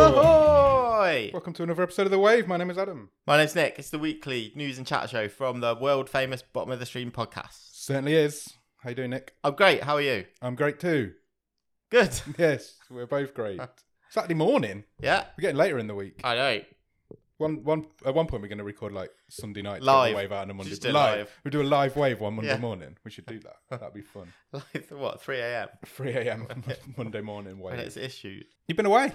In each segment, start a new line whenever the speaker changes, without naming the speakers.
Oh,
Welcome to another episode of The Wave. My name is Adam.
My name's Nick. It's the weekly news and chat show from the world famous Bottom of the Stream podcast.
Certainly is. How you doing, Nick?
I'm great. How are you?
I'm great too.
Good.
Yes, we're both great. Uh, Saturday morning.
Yeah.
We're getting later in the week.
I know.
One, one, at one point, we're going to record like Sunday night,
Live.
do a wave out on a Monday
Just do it live.
We do a live wave one Monday
Yeah.
morning. We should do that. That'd be fun.
Like what? 3 a.m.
3 a.m. Monday morning
when
wave.
it's issued.
You've been away.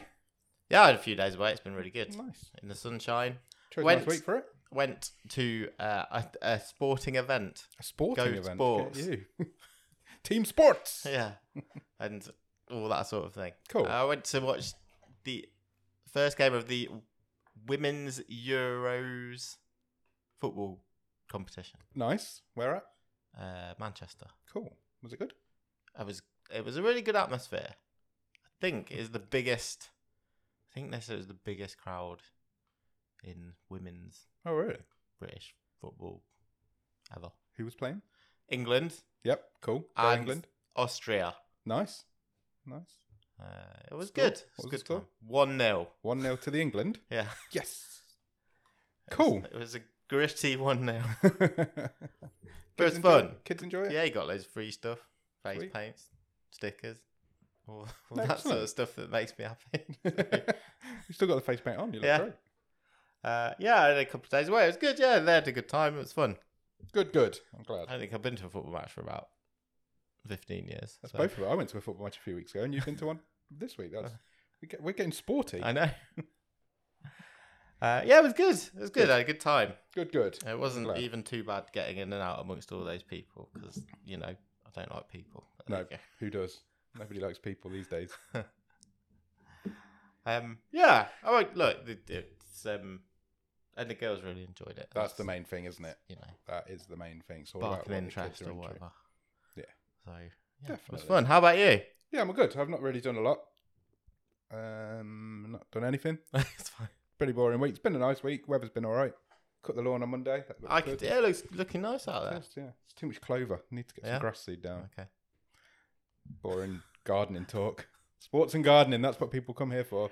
Yeah, I had a few days away. It's been really good.
Nice.
In the sunshine.
Chose
Went-
a nice week for it.
Went to uh, a, a sporting event.
A sporting
Go
event.
sports.
Look at you. Team sports.
Yeah. and all that sort of thing.
Cool.
I went to watch the first game of the Women's Euros football competition.
Nice. Where at?
Uh, Manchester.
Cool. Was it good?
I was it was a really good atmosphere. I think is the biggest I think this is the biggest crowd in women's
Oh, really?
British football ever.
Who was playing?
England
Yep. Cool. Go
and
England.
Austria.
Nice. Nice.
Uh, it was
Score?
good. It
What was
was
the
good
score?
One 0
One 0 to the England.
Yeah.
Yes.
It was-
Cool.
It was a gritty one 0
Kids
But it's
enjoy
fun.
Kids enjoy it.
Yeah, you got loads of free stuff. Face
Sweet.
paints, stickers, all, all that sort
Excellent.
of stuff that makes me happy.
you still got the face paint on. You look
Yeah.
great.
uh, yeah, I had a couple of days away. It was good, yeah, they had a good time, it was fun.
Good. Good. I'm glad.
I don't think I've been to a football match for about 15 years.
That's
so-
both of it. I went to a football match a few weeks ago, and you've been to one this week. That's we get, we're getting sporty.
I know. Uh, yeah, it was good. It was good. I had a good time.
Good. Good.
It wasn't
Glad.
even too bad getting in and out amongst all those people because, you know, I don't like people. But there
No.
you
Who does? Nobody likes people these days.
go. Um, yeah. I won't, look, the- it's, um, and the girls really enjoyed it.
That's the main thing, isn't it?
you know,
That is the main thing. It's all about
spark of
what the kids
interest
are
or
into.
whatever.
Yeah.
So, yeah, it was
Definitely.
fun. How about you?
Yeah, I'm good. I've not really done a lot. Um, not done anything.
it's fine.
Pretty boring week. It's been a nice week. Weather's been all right. Cut the lawn on Monday. That looked
I
good.
could, yeah, it looks looking nice out there.
Just, yeah, it's too much clover. Need to get
Yeah?
some grass seed down.
Okay.
Boring gardening talk. Sports and gardening. That's what people come here for.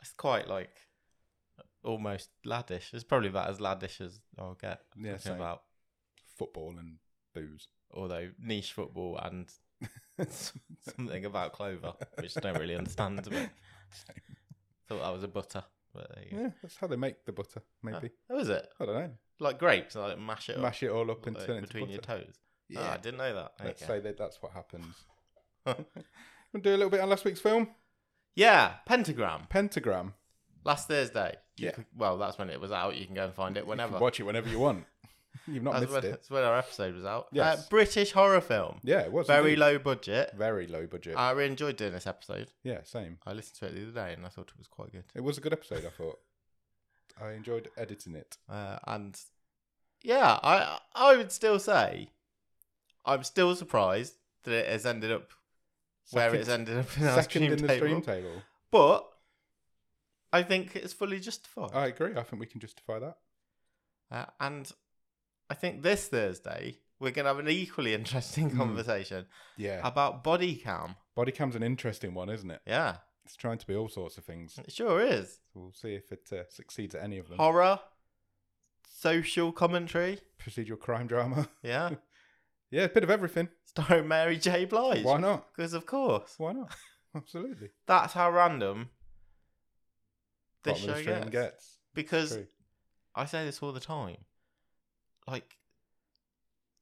It's quite like almost laddish. It's probably about as laddish as I'll get.
Yeah,
Talking
same.
about
Football and booze.
although niche football and something about clover, which I don't really understand. But thought that was a butter. But there you
Yeah, that's how they make the butter. Maybe
go. Oh, is it
I don't know.
like grapes? And I like mash it
Mash it all up
up
and
like,
turn it
between
into
your
butter.
toes. Yeah,
Yeah,
I didn't know that. There you
let's
go.
say that that's what happens. We'll do a little bit on last week's film,
yeah, Pentagram
Pentagram.
last Thursday. You
Yeah.
could- well, that's when it was out. You can go and find it
You
whenever.
can watch it whenever you want. You've not
that's,
missed
when,
it.
that's when our episode was out.
Yes.
Uh, British horror film.
Yeah, it was
Very
indeed.
low Ah. budget.
very low budget.
I really enjoyed doing this episode.
yeah, same.
I listened to it the other day and I thought it was quite good.
It was a good episode. I thought I enjoyed editing it.
Uh, and yeah, I I would still say I'm still surprised that it has ended up where
Second-
it's ended up in our
Second
stream,
in the
table.
stream table.
But I think it's fully justified.
I agree. I think we can justify that.
Uh, and I think this Thursday we're going to have an equally interesting
Mm.
conversation
Yeah.
about body cam.
Body cam's an interesting one, isn't it?
Yeah,
It's trying to be all sorts of things.
it sure is.
We'll see if it uh, succeeds at any of them.
Horror, social commentary.
Procedural crime drama.
Yeah,
Yeah, a bit of everything.
starring Mary J. Blige.
Why not?
Because of course,
Why not? Absolutely.
that's how random this
Bottom of
show
the stream
gets.
gets.
Because
True.
I say this all the time, like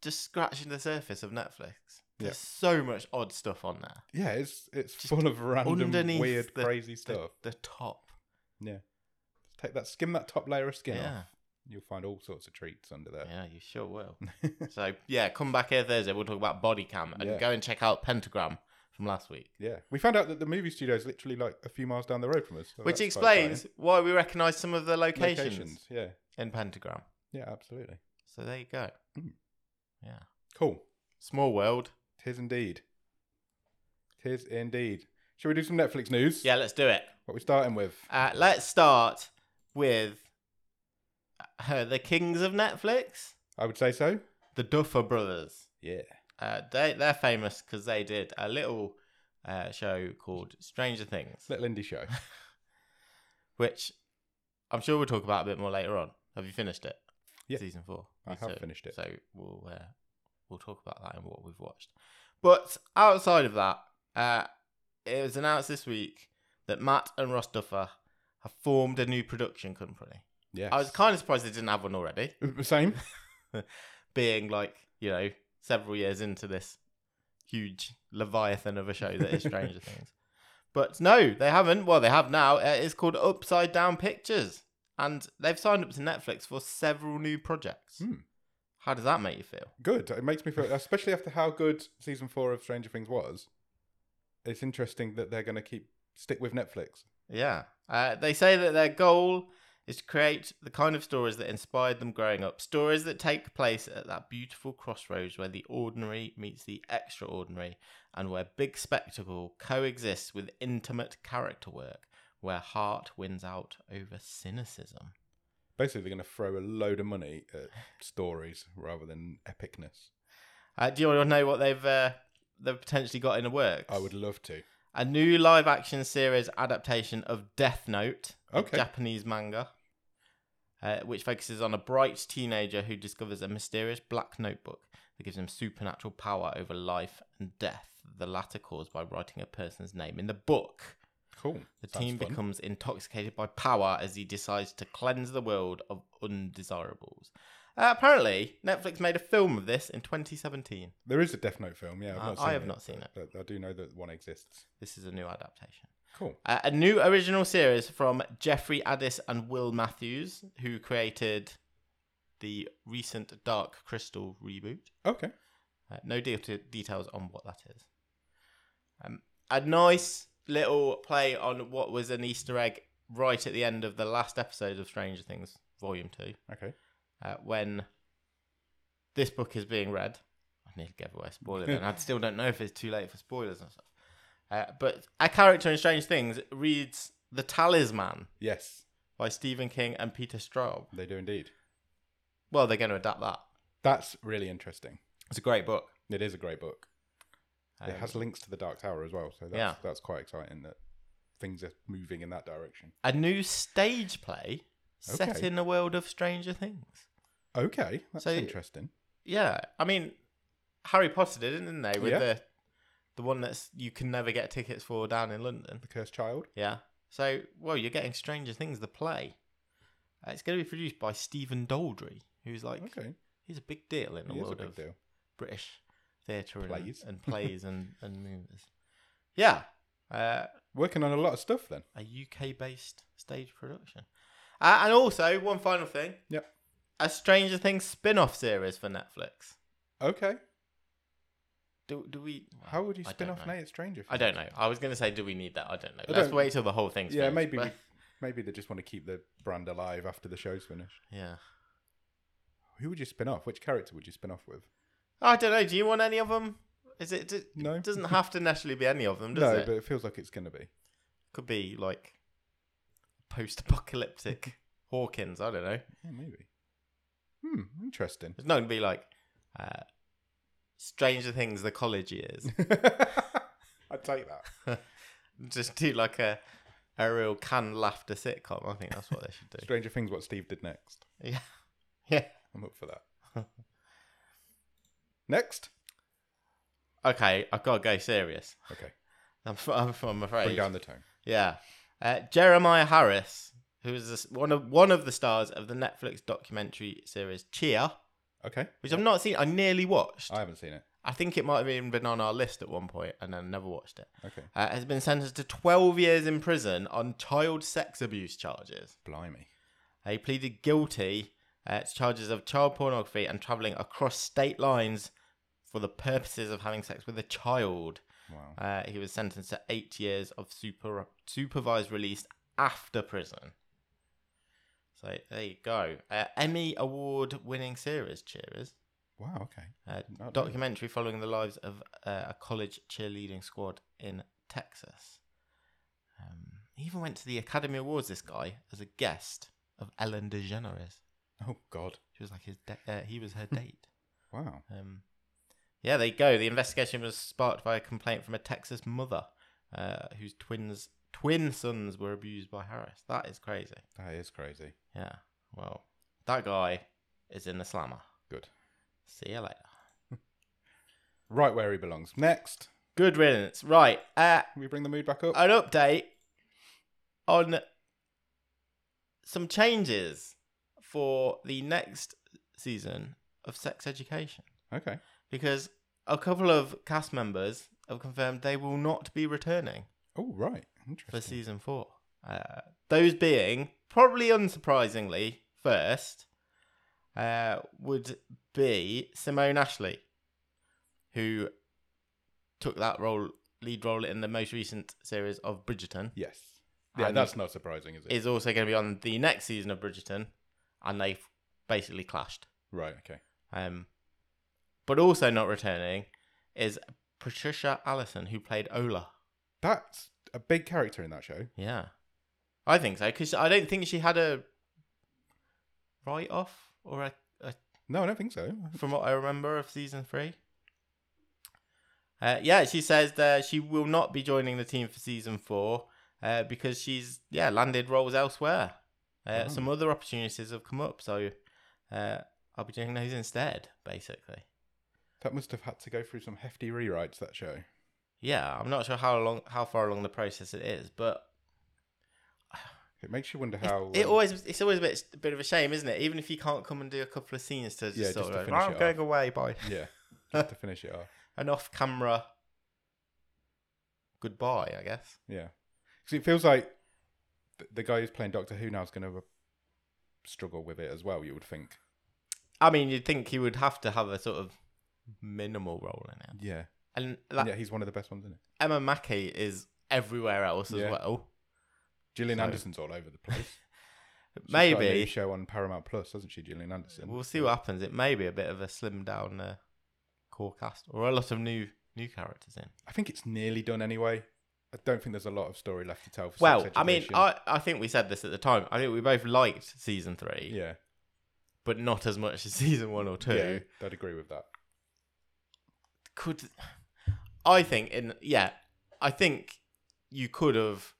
just scratching the surface of Netflix.
Yeah.
There's so much odd stuff on there.
Yeah, it's it's
Just
full of random,
underneath
weird,
the-
crazy
The-
stuff.
The, top.
Take that, skim that top layer of skin
yeah,
off. You'll find all sorts of treats under there.
yeah, you sure will. so yeah, come back here Thursday. We'll talk about body cam and
Yeah.
go and check out Pentagram from last week,
yeah, we found out that the movie studio is literally like a few miles down the road from us, so
which
that's quite exciting.
explains why we recognise some of the locations,
locations. Yeah,
in Pentagram.
yeah, absolutely.
So there you go.
Mm.
Yeah,
Cool.
small world.
Tis indeed. Tis indeed. Shall we do some Netflix news?
Yeah, let's do it.
What are we starting with?
Uh, let's start with uh, the kings of Netflix,
I would say so.
the Duffer Brothers.
Yeah.
Uh, they they're famous because they did a little uh, show called Stranger Things,
Little indie show.
which I'm sure we'll talk about it a bit more later on. Have you finished it?
Yeah.
Season four.
I have
So-
finished it.
So we'll uh, we'll talk about that and what we've watched. But outside of that, uh, it was announced this week that Matt and Ross Duffer have formed a new production company.
Yeah.
I was kind of surprised they didn't have one already,
Same.
being like you know several years into this huge leviathan of a show that is Stranger Things. But no, they haven't. Well, they have now. Uh, It's called Upside Down Pictures, and they've signed up to Netflix for several new projects.
Hmm.
How does that make you feel?
Good. It makes me feel, especially after how good season four of Stranger Things was. It's interesting that they're going to keep stick with Netflix.
Yeah. Uh, they say that their goal is to create the kind of stories that inspired them growing up, stories that take place at that beautiful crossroads where the ordinary meets the extraordinary and where big spectacle coexists with intimate character work, where heart wins out over cynicism.
Basically, they're going to throw a load of money at stories rather than epicness.
Uh, do you want to know what they've uh, they've potentially got in the works?
I would love to.
a new live action series adaptation of Death Note,
Okay.
a Japanese manga, uh, which focuses on a bright teenager who discovers a mysterious black notebook that gives him supernatural power over life and death, the latter caused by writing a person's name in the book.
Cool.
The
Sounds
team
fun.
becomes intoxicated by power as he decides to cleanse the world of undesirables. Uh, apparently, Netflix made a film of this in 2017.
There is a Death Note film. Yeah, I've
Uh,
not seen
I have
it,
not seen it.
but I do know that one exists.
This is a new adaptation.
Cool.
Uh, a new original series from Jeffrey Addis and Will Matthews, who created the recent Dark Crystal reboot.
Okay.
Uh, no de- details on what that is. Um, a nice little play on what was an Easter egg right at the end of the last episode of Stranger Things Volume 2,
Okay.
uh, when this book is being read. I nearly gave away a spoiler then. I still don't know if it's too late for spoilers and stuff. Uh, but a character in Strange Things reads The Talisman
Yes,
by Stephen King and Peter Straub.
they do indeed.
Well, they're going to adapt that.
That's really interesting.
It's a great book.
It is a great book.
Um,
it has links to the Dark Tower as well, so that's,
Yeah.
that's quite exciting that things are moving in that direction.
a new stage play set
Okay.
in the world of Stranger Things.
Okay, that's
So-
interesting.
Yeah, I mean, Harry Potter did, it, didn't they? With
Yeah.
the the one that's you can never get tickets for down in London.
The Cursed Child.
Yeah. So, well, you're getting Stranger Things the play. Uh, it's going to be produced by Stephen Daldry, who's like
Okay,
he's a big deal in the
it is a
world
big
of
deal.
British theatre and
Plays.
and plays and and movies. Yeah. Uh,
Working on a lot of stuff then.
a UK based stage production. Uh, and also, one final thing.
Yep.
A Stranger Things spin off series for Netflix.
Okay,
Do, do we.
how would you
I
spin
don't
off
know.
Nate Stranger?
I don't know. I was going to say, do we need that? I don't know.
I
Let's
don't-
wait till the whole thing's
Yeah,
finished,
maybe
but-
we, maybe they just want to keep the brand alive after the show's finished.
Yeah.
Who would you spin off? Which character would you spin off with?
Oh, I don't know. Do you want any of them? Is it. d-
No.
It doesn't have to naturally be any of them, does
no,
it?
but it feels like it's going to be.
Could be like post apocalyptic Hawkins. I don't know.
Yeah, maybe. Hmm, interesting.
It's not going to be like uh, Stranger Things, the college years.
I'd take that.
just do like a a real can laughter sitcom. I think that's what they should do.
Stranger Things, what Steve did next.
yeah, yeah.
I'm up for that. next.
Okay, I've got to go serious.
Okay.
I'm, f- I'm, f- I'm
Bring
afraid.
down the tone.
Yeah, uh, Jeremiah Harris, who is this- one of one of the stars of the Netflix documentary series Cheer,
Okay.
which I've not seen. I nearly watched.
I haven't seen it.
I think it might have even been on our list at one point, and I never watched it.
Okay.
Uh, has been sentenced to 12 years in prison on child sex abuse charges.
Blimey.
He pleaded guilty uh, to charges of child pornography and travelling across state lines for the purposes of having sex with a child.
Wow.
Uh, he was sentenced to eight years of super, supervised release after prison. So there you go. Uh, Emmy award winning series, Cheerers.
Wow. Okay.
Uh,
know that.
documentary following the lives of uh, a college cheerleading squad in Texas. Um, he even went to the Academy Awards, this guy, as a guest of Ellen DeGeneres.
Oh God.
She was like his. De- uh, he was her date.
Wow.
Um, yeah, there you go. The investigation was sparked by a complaint from a Texas mother, uh, whose twins twin sons were abused by Harris. That is crazy.
That is crazy.
Yeah. Well, that guy is in the slammer.
Good.
See you later.
Right where he belongs. Next,
Good riddance. Right. Uh,
we bring the mood back up.
an update on some changes for the next season of Sex Education
okay.
because a couple of cast members have confirmed they will not be returning
Oh, right.
for
Interesting.
season four. Uh, those being, probably unsurprisingly, first uh, would be Simone Ashley, who took that role, lead role in the most recent series of Bridgerton.
Yes. Yeah,
And
that's not surprising, is it?
is also going to be on the next season of Bridgerton, and they've basically clashed.
right. Okay.
Um, but also not returning is Patricia Allison, who played Ola.
That's a big character in that show.
Yeah, I think so because I don't think she had a write off or a, a
No, I don't think so.
from what I remember of season three. Uh, yeah, she says that she will not be joining the team for season four uh, because she's yeah landed roles elsewhere. Uh,
Oh.
Some other opportunities have come up, so uh, I'll be doing those instead, basically.
That must have had to go through some hefty rewrites, that show.
Yeah, I'm not sure how long, how far along the process it is, but
It makes you wonder
it,
how.
it
um,
always it's always a bit, a bit of a shame, isn't it? Even if you can't come and do a couple of scenes to just
Yeah,
sort
just to
of, "Oh,
finish
I'm
it
going
off."
away, bye,
Yeah. Just to finish it off.
an off-camera goodbye, I guess.
Yeah. Because it feels like th- the guy who's playing Doctor Who now is going to struggle with it as well, you would think.
I mean, you'd think he would have to have a sort of minimal role in it.
Yeah.
And like,
yeah, he's one of the best ones, isn't it?
Emma Mackey is everywhere else as
Yeah.
well.
Gillian
So-
Anderson's all over the place. She's got a new
Maybe
show on Paramount Plus, hasn't she, Gillian Anderson?
we'll see what happens. It may be a bit of a slim down uh, core cast or a lot of new new characters in.
I think it's nearly done anyway. I don't think there's a lot of story left to tell. For
well,
Sex
I mean,
Education.
I I think we said this at the time. I think we both liked season three,
yeah,
but not as much as season one or two.
yeah, I'd agree with that.
could I think in yeah, I think you could have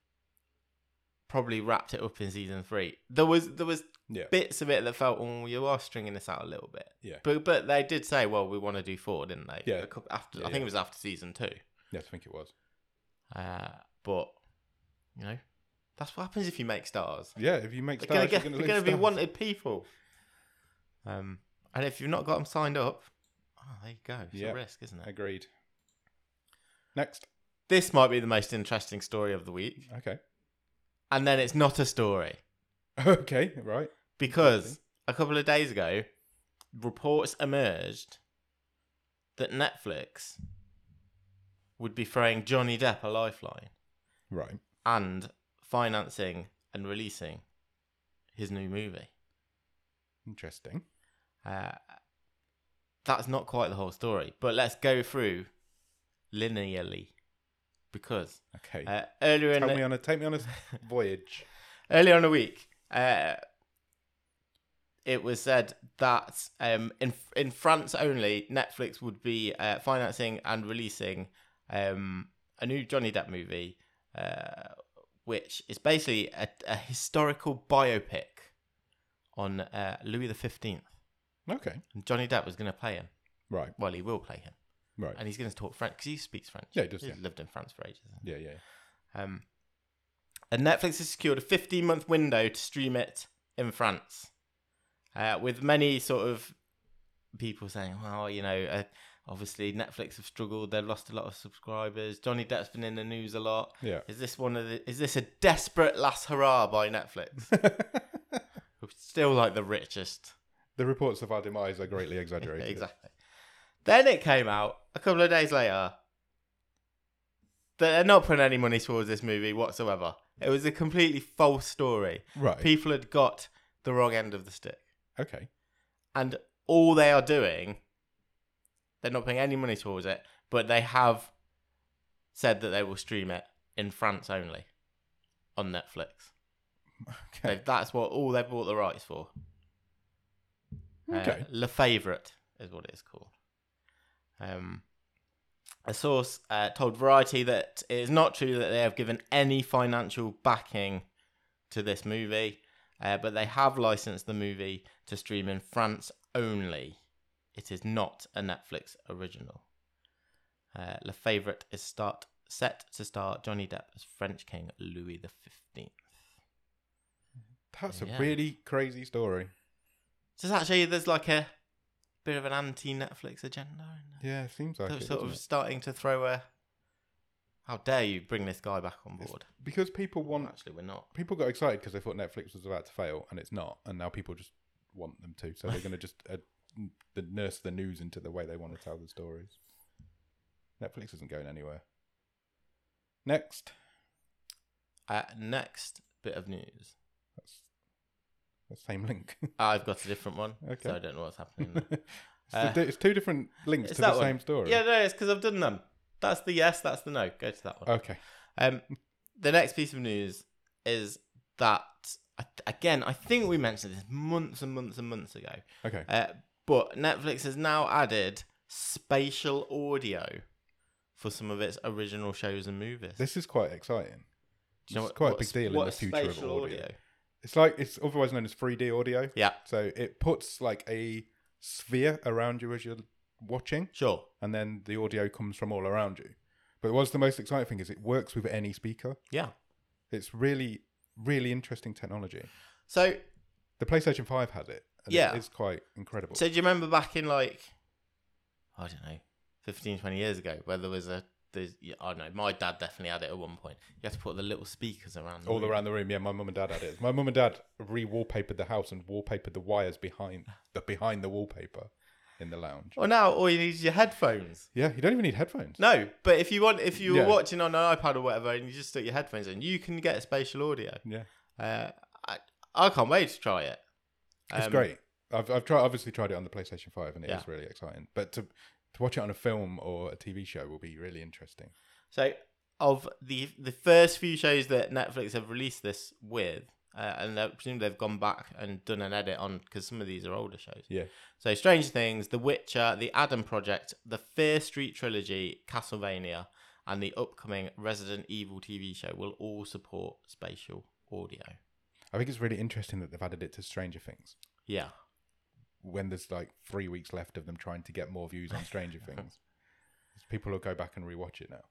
probably wrapped it up in season three. There was there was
Yeah,
bits of it that felt oh you are stringing this out a little bit.
Yeah.
But but they did say well we want to do four didn't they?
Yeah.
A couple, after
Yeah,
I think
yeah.
it was after season two.
yes, I think it was.
Uh, but you know that's what happens if you make stars.
Yeah, if you make
They're
stars,
gonna get
you're
they're
lose
gonna be
stars.
wanted people. Um, and if you've not got them signed up, oh there you go. It's
Yeah.
a risk, isn't it?
Agreed. Next,
this might be the most interesting story of the week.
okay,
And then it's not a story
okay, right.
because a couple of days ago, reports emerged that Netflix would be throwing Johnny Depp a lifeline
Right.
and financing and releasing his new movie.
Interesting.
Uh, that's not quite the whole story, but let's go through linearly because
Okay.
uh, earlier in
Tell
the,
me on a take me on a voyage.
earlier on the week, uh, it was said that um, in in France only, Netflix would be uh, financing and releasing um, a new Johnny Depp movie, uh, which is basically a, a historical biopic on uh, Louis the Fifteenth.
Okay.
And Johnny Depp was going to play him.
Right.
Well, he will play him,
Right.
and he's going to talk French because he speaks French.
Yeah, he does,
He's
yeah.
lived in France for ages.
Yeah. Yeah.
Um, and Netflix has secured a 15 month window to stream it in France, uh, with many sort of people saying, well, you know, uh, obviously Netflix have struggled, they've lost a lot of subscribers. Johnny Depp's been in the news a lot.
Yeah.
Is this one of the, is this a desperate last hurrah by Netflix? Who's Still like the richest.
the reports of our demise are greatly exaggerated.
exactly. Then it came out a couple of days later that they're not putting any money towards this movie whatsoever. It was a completely false story.
Right.
People had got the wrong end of the stick.
okay.
And all they are doing, they're not putting any money towards it, but they have said that they will stream it in France only on Netflix.
Okay.
They've- That's what all they bought the rights for. Uh,
Okay.
Le Favorite is what it's called. Um, A source uh, told Variety that it is not true that they have given any financial backing to this movie, uh, but they have licensed the movie to stream in France only. It is not a Netflix original. Uh, Le Favorite is start, set to star Johnny Depp as French King Louis XV.
That's
Yeah.
a really crazy story.
So it's actually, there's like a bit of an anti Netflix agenda in there.
Yeah, it seems like
So
it,
sort
doesn't
of
it?
starting to throw a. How dare you bring this guy back on
It's-
board?
because people want
Actually, we're not.
people got excited because they thought Netflix was about to fail, and it's not. And now people just want them to, so they're going to just uh, n- the nurse the news into the way they want to tell the stories. Netflix isn't going anywhere. Next,
Uh, next bit of news.
that's the same link.
I've got a different one,
Okay.
so I don't know what's happening. there.
it's,
Uh,
the, it's two different links
it's
to the
that one.
same story.
yeah, no, it's because I've done them. That's the yes, that's the no. Go to that one.
Okay.
Um, the next piece of news is that I- again, I think we mentioned this months and months and months ago,
Okay.
uh, but Netflix has now added spatial audio for some of its original shows and movies.
This is quite exciting.
Do you know
it's
what-
quite a
what's-
big deal in the
what's
future of
spatial
audio. It's like it's otherwise known as 3D audio.
Yeah,
So it puts like a sphere around you as you're watching,
sure.
and then the audio comes from all around you. But what's the most exciting thing is it works with any speaker.
Yeah.
It's really, really interesting technology.
So,
The PlayStation Five had it. And
Yeah.
it is quite incredible.
so do you remember back in like, I don't know, 15, 20 years ago, where there was a, there's, yeah, I don't know, my dad definitely had it at one point. You had to put the little speakers around. the
all
room.
around the room, yeah. My mum and dad had it. My mum and dad re-wallpapered the house and wallpapered the wires behind the behind the wallpaper in the lounge.
Well, now all Oh, you need is your headphones.
Yeah, you don't even need headphones.
No, but if you want, if you were
Yeah.
watching on an iPad or whatever, and you just stick your headphones in, you can get spatial audio.
Yeah,
Uh, I, I can't wait to try it.
it's
Um,
great. I've I've tried obviously tried it on the PlayStation Five, and it is
Yeah.
really exciting. But to to watch it on a film or a TV show will be really interesting.
So, of the the first few shows that Netflix have released this with, uh, and I presume they've gone back and done an edit on because some of these are older shows.
Yeah,
So, Stranger Things, The Witcher, The Adam Project, The Fear Street trilogy, Castlevania, and the upcoming Resident Evil TV show will all support spatial audio.
I think it's really interesting that they've added it to Stranger Things
Yeah,
when there's like three weeks left of them trying to get more views on Stranger Things. People will go back and rewatch it now.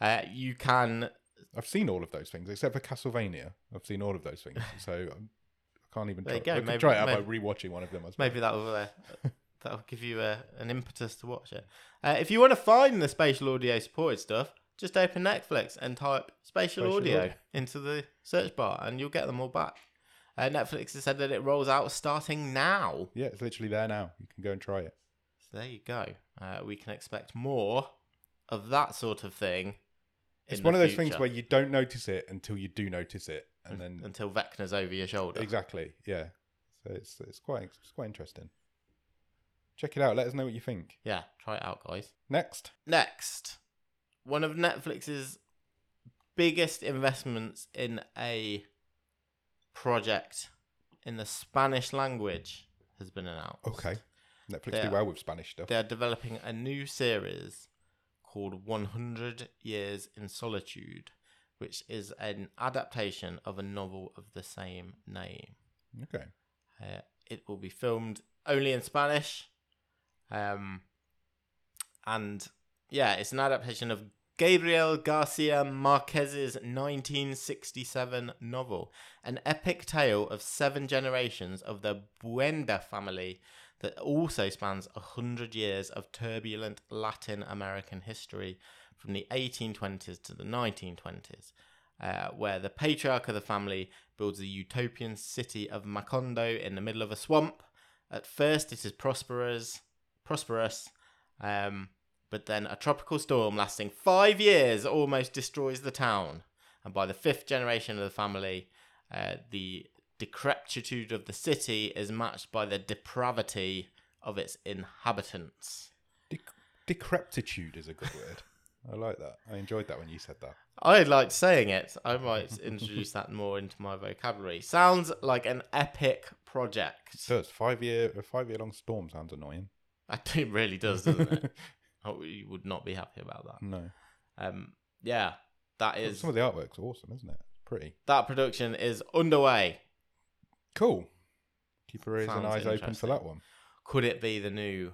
uh, you can.
I've seen all of those things except for Castlevania. I've seen all of those things, so I'm, I can't even try,
There you go,
I could
maybe-
try it out by
maybe-
rewatching one of them. I suppose.
Maybe that will uh, that will give you a, an impetus to watch it. Uh, if you want to find the spatial audio supported stuff, just open Netflix and type spatial,
Spatial
audio,
audio.
into the search bar, and you'll get them all back. Uh, Netflix has said that it rolls out starting now.
Yeah, it's literally there now. You can go and try it.
So there you go. Uh, we can expect more of that sort of thing.
It's
in
one
the
of those
future
things where you don't notice it until you do notice it, and then
until Vecna's over your shoulder.
Exactly. Yeah. So it's it's quite it's quite interesting. Check it out. Let us know what you think.
Yeah, try it out, guys.
Next,
Next, one of Netflix's biggest investments in a project in the Spanish language has been announced.
okay. Netflix
Yeah.
do well with Spanish stuff.
They are developing a new series called 100 Years in Solitude, which is an adaptation of a novel of the same name.
Okay.
Uh, it will be filmed only in Spanish. Um, and yeah, it's an adaptation of Gabriel Garcia Marquez's 1967 novel, an epic tale of seven generations of the Buenda family that also spans 100 years of turbulent Latin American history from the 1820s to the 1920s, uh, where the patriarch of the family builds a utopian city of Macondo in the middle of a swamp. At first, it is prosperous, prosperous, um, but then a tropical storm lasting five years almost destroys the town. And by the fifth generation of the family, uh, the decrepitude of the city is matched by the depravity of its inhabitants.
De- decrepitude is a good word. I like that. I enjoyed that when you said that.
I liked saying it. I might introduce that more into my vocabulary. Sounds like an epic project.
So it's five year a five year long storm sounds annoying.
That do- really does, doesn't it? Oh, you would not be happy about that.
No.
Um, yeah, that is
Some of the artwork's awesome, isn't it? It's pretty.
that production is underway.
Cool. Keep your ears and
Sounds
eyes open for
interesting.
that one.
Could it be the new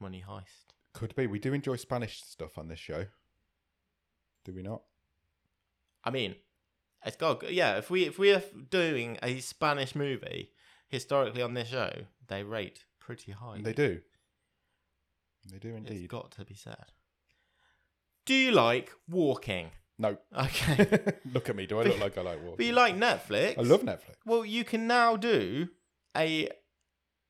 money heist?
Could be. We do enjoy Spanish stuff on this show. Do we not?
I mean, it's got yeah. If we if we are doing a Spanish movie historically on this show, they rate pretty high.
They do. They do
It's
indeed.
got to be said. Do you like walking?
no.
Okay.
look at me. Do I look like I like walking?
but you like Netflix?
I love Netflix.
Well, you can now do a.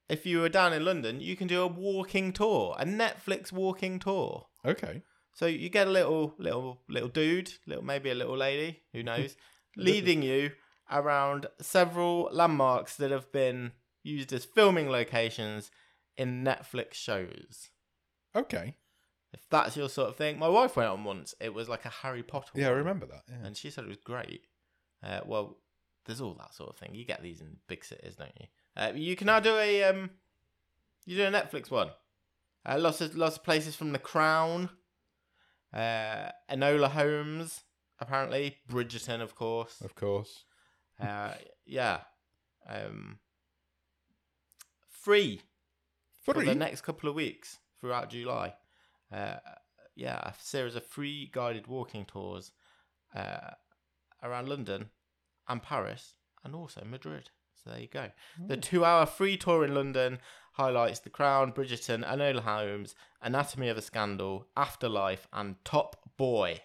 If you were down in London, you can do a walking tour, a Netflix walking tour.
Okay.
So you get a little, little, little dude, little maybe a little lady, who knows, leading you around several landmarks that have been used as filming locations in Netflix shows.
Okay.
If that's your sort of thing, my wife went on once. It was like a Harry Potter.
Yeah, I
one,
remember that. Yeah.
and she said it was great. Uh, well, there's all that sort of thing. You get these in big cities, don't you? Uh, you can now do a um, you do a Netflix one. Uh, lots of lots of places from The Crown, uh, Enola Holmes, apparently Bridgerton, of course.
Of course.
Uh, yeah, um, free for the
Three.
next couple of weeks throughout July. Uh, yeah, a series of free guided walking tours uh, around London and Paris and also Madrid. So there you go. The two hour free tour in London highlights The Crown, Bridgerton, Anola Holmes, Anatomy of a Scandal, Afterlife, and Top Boy.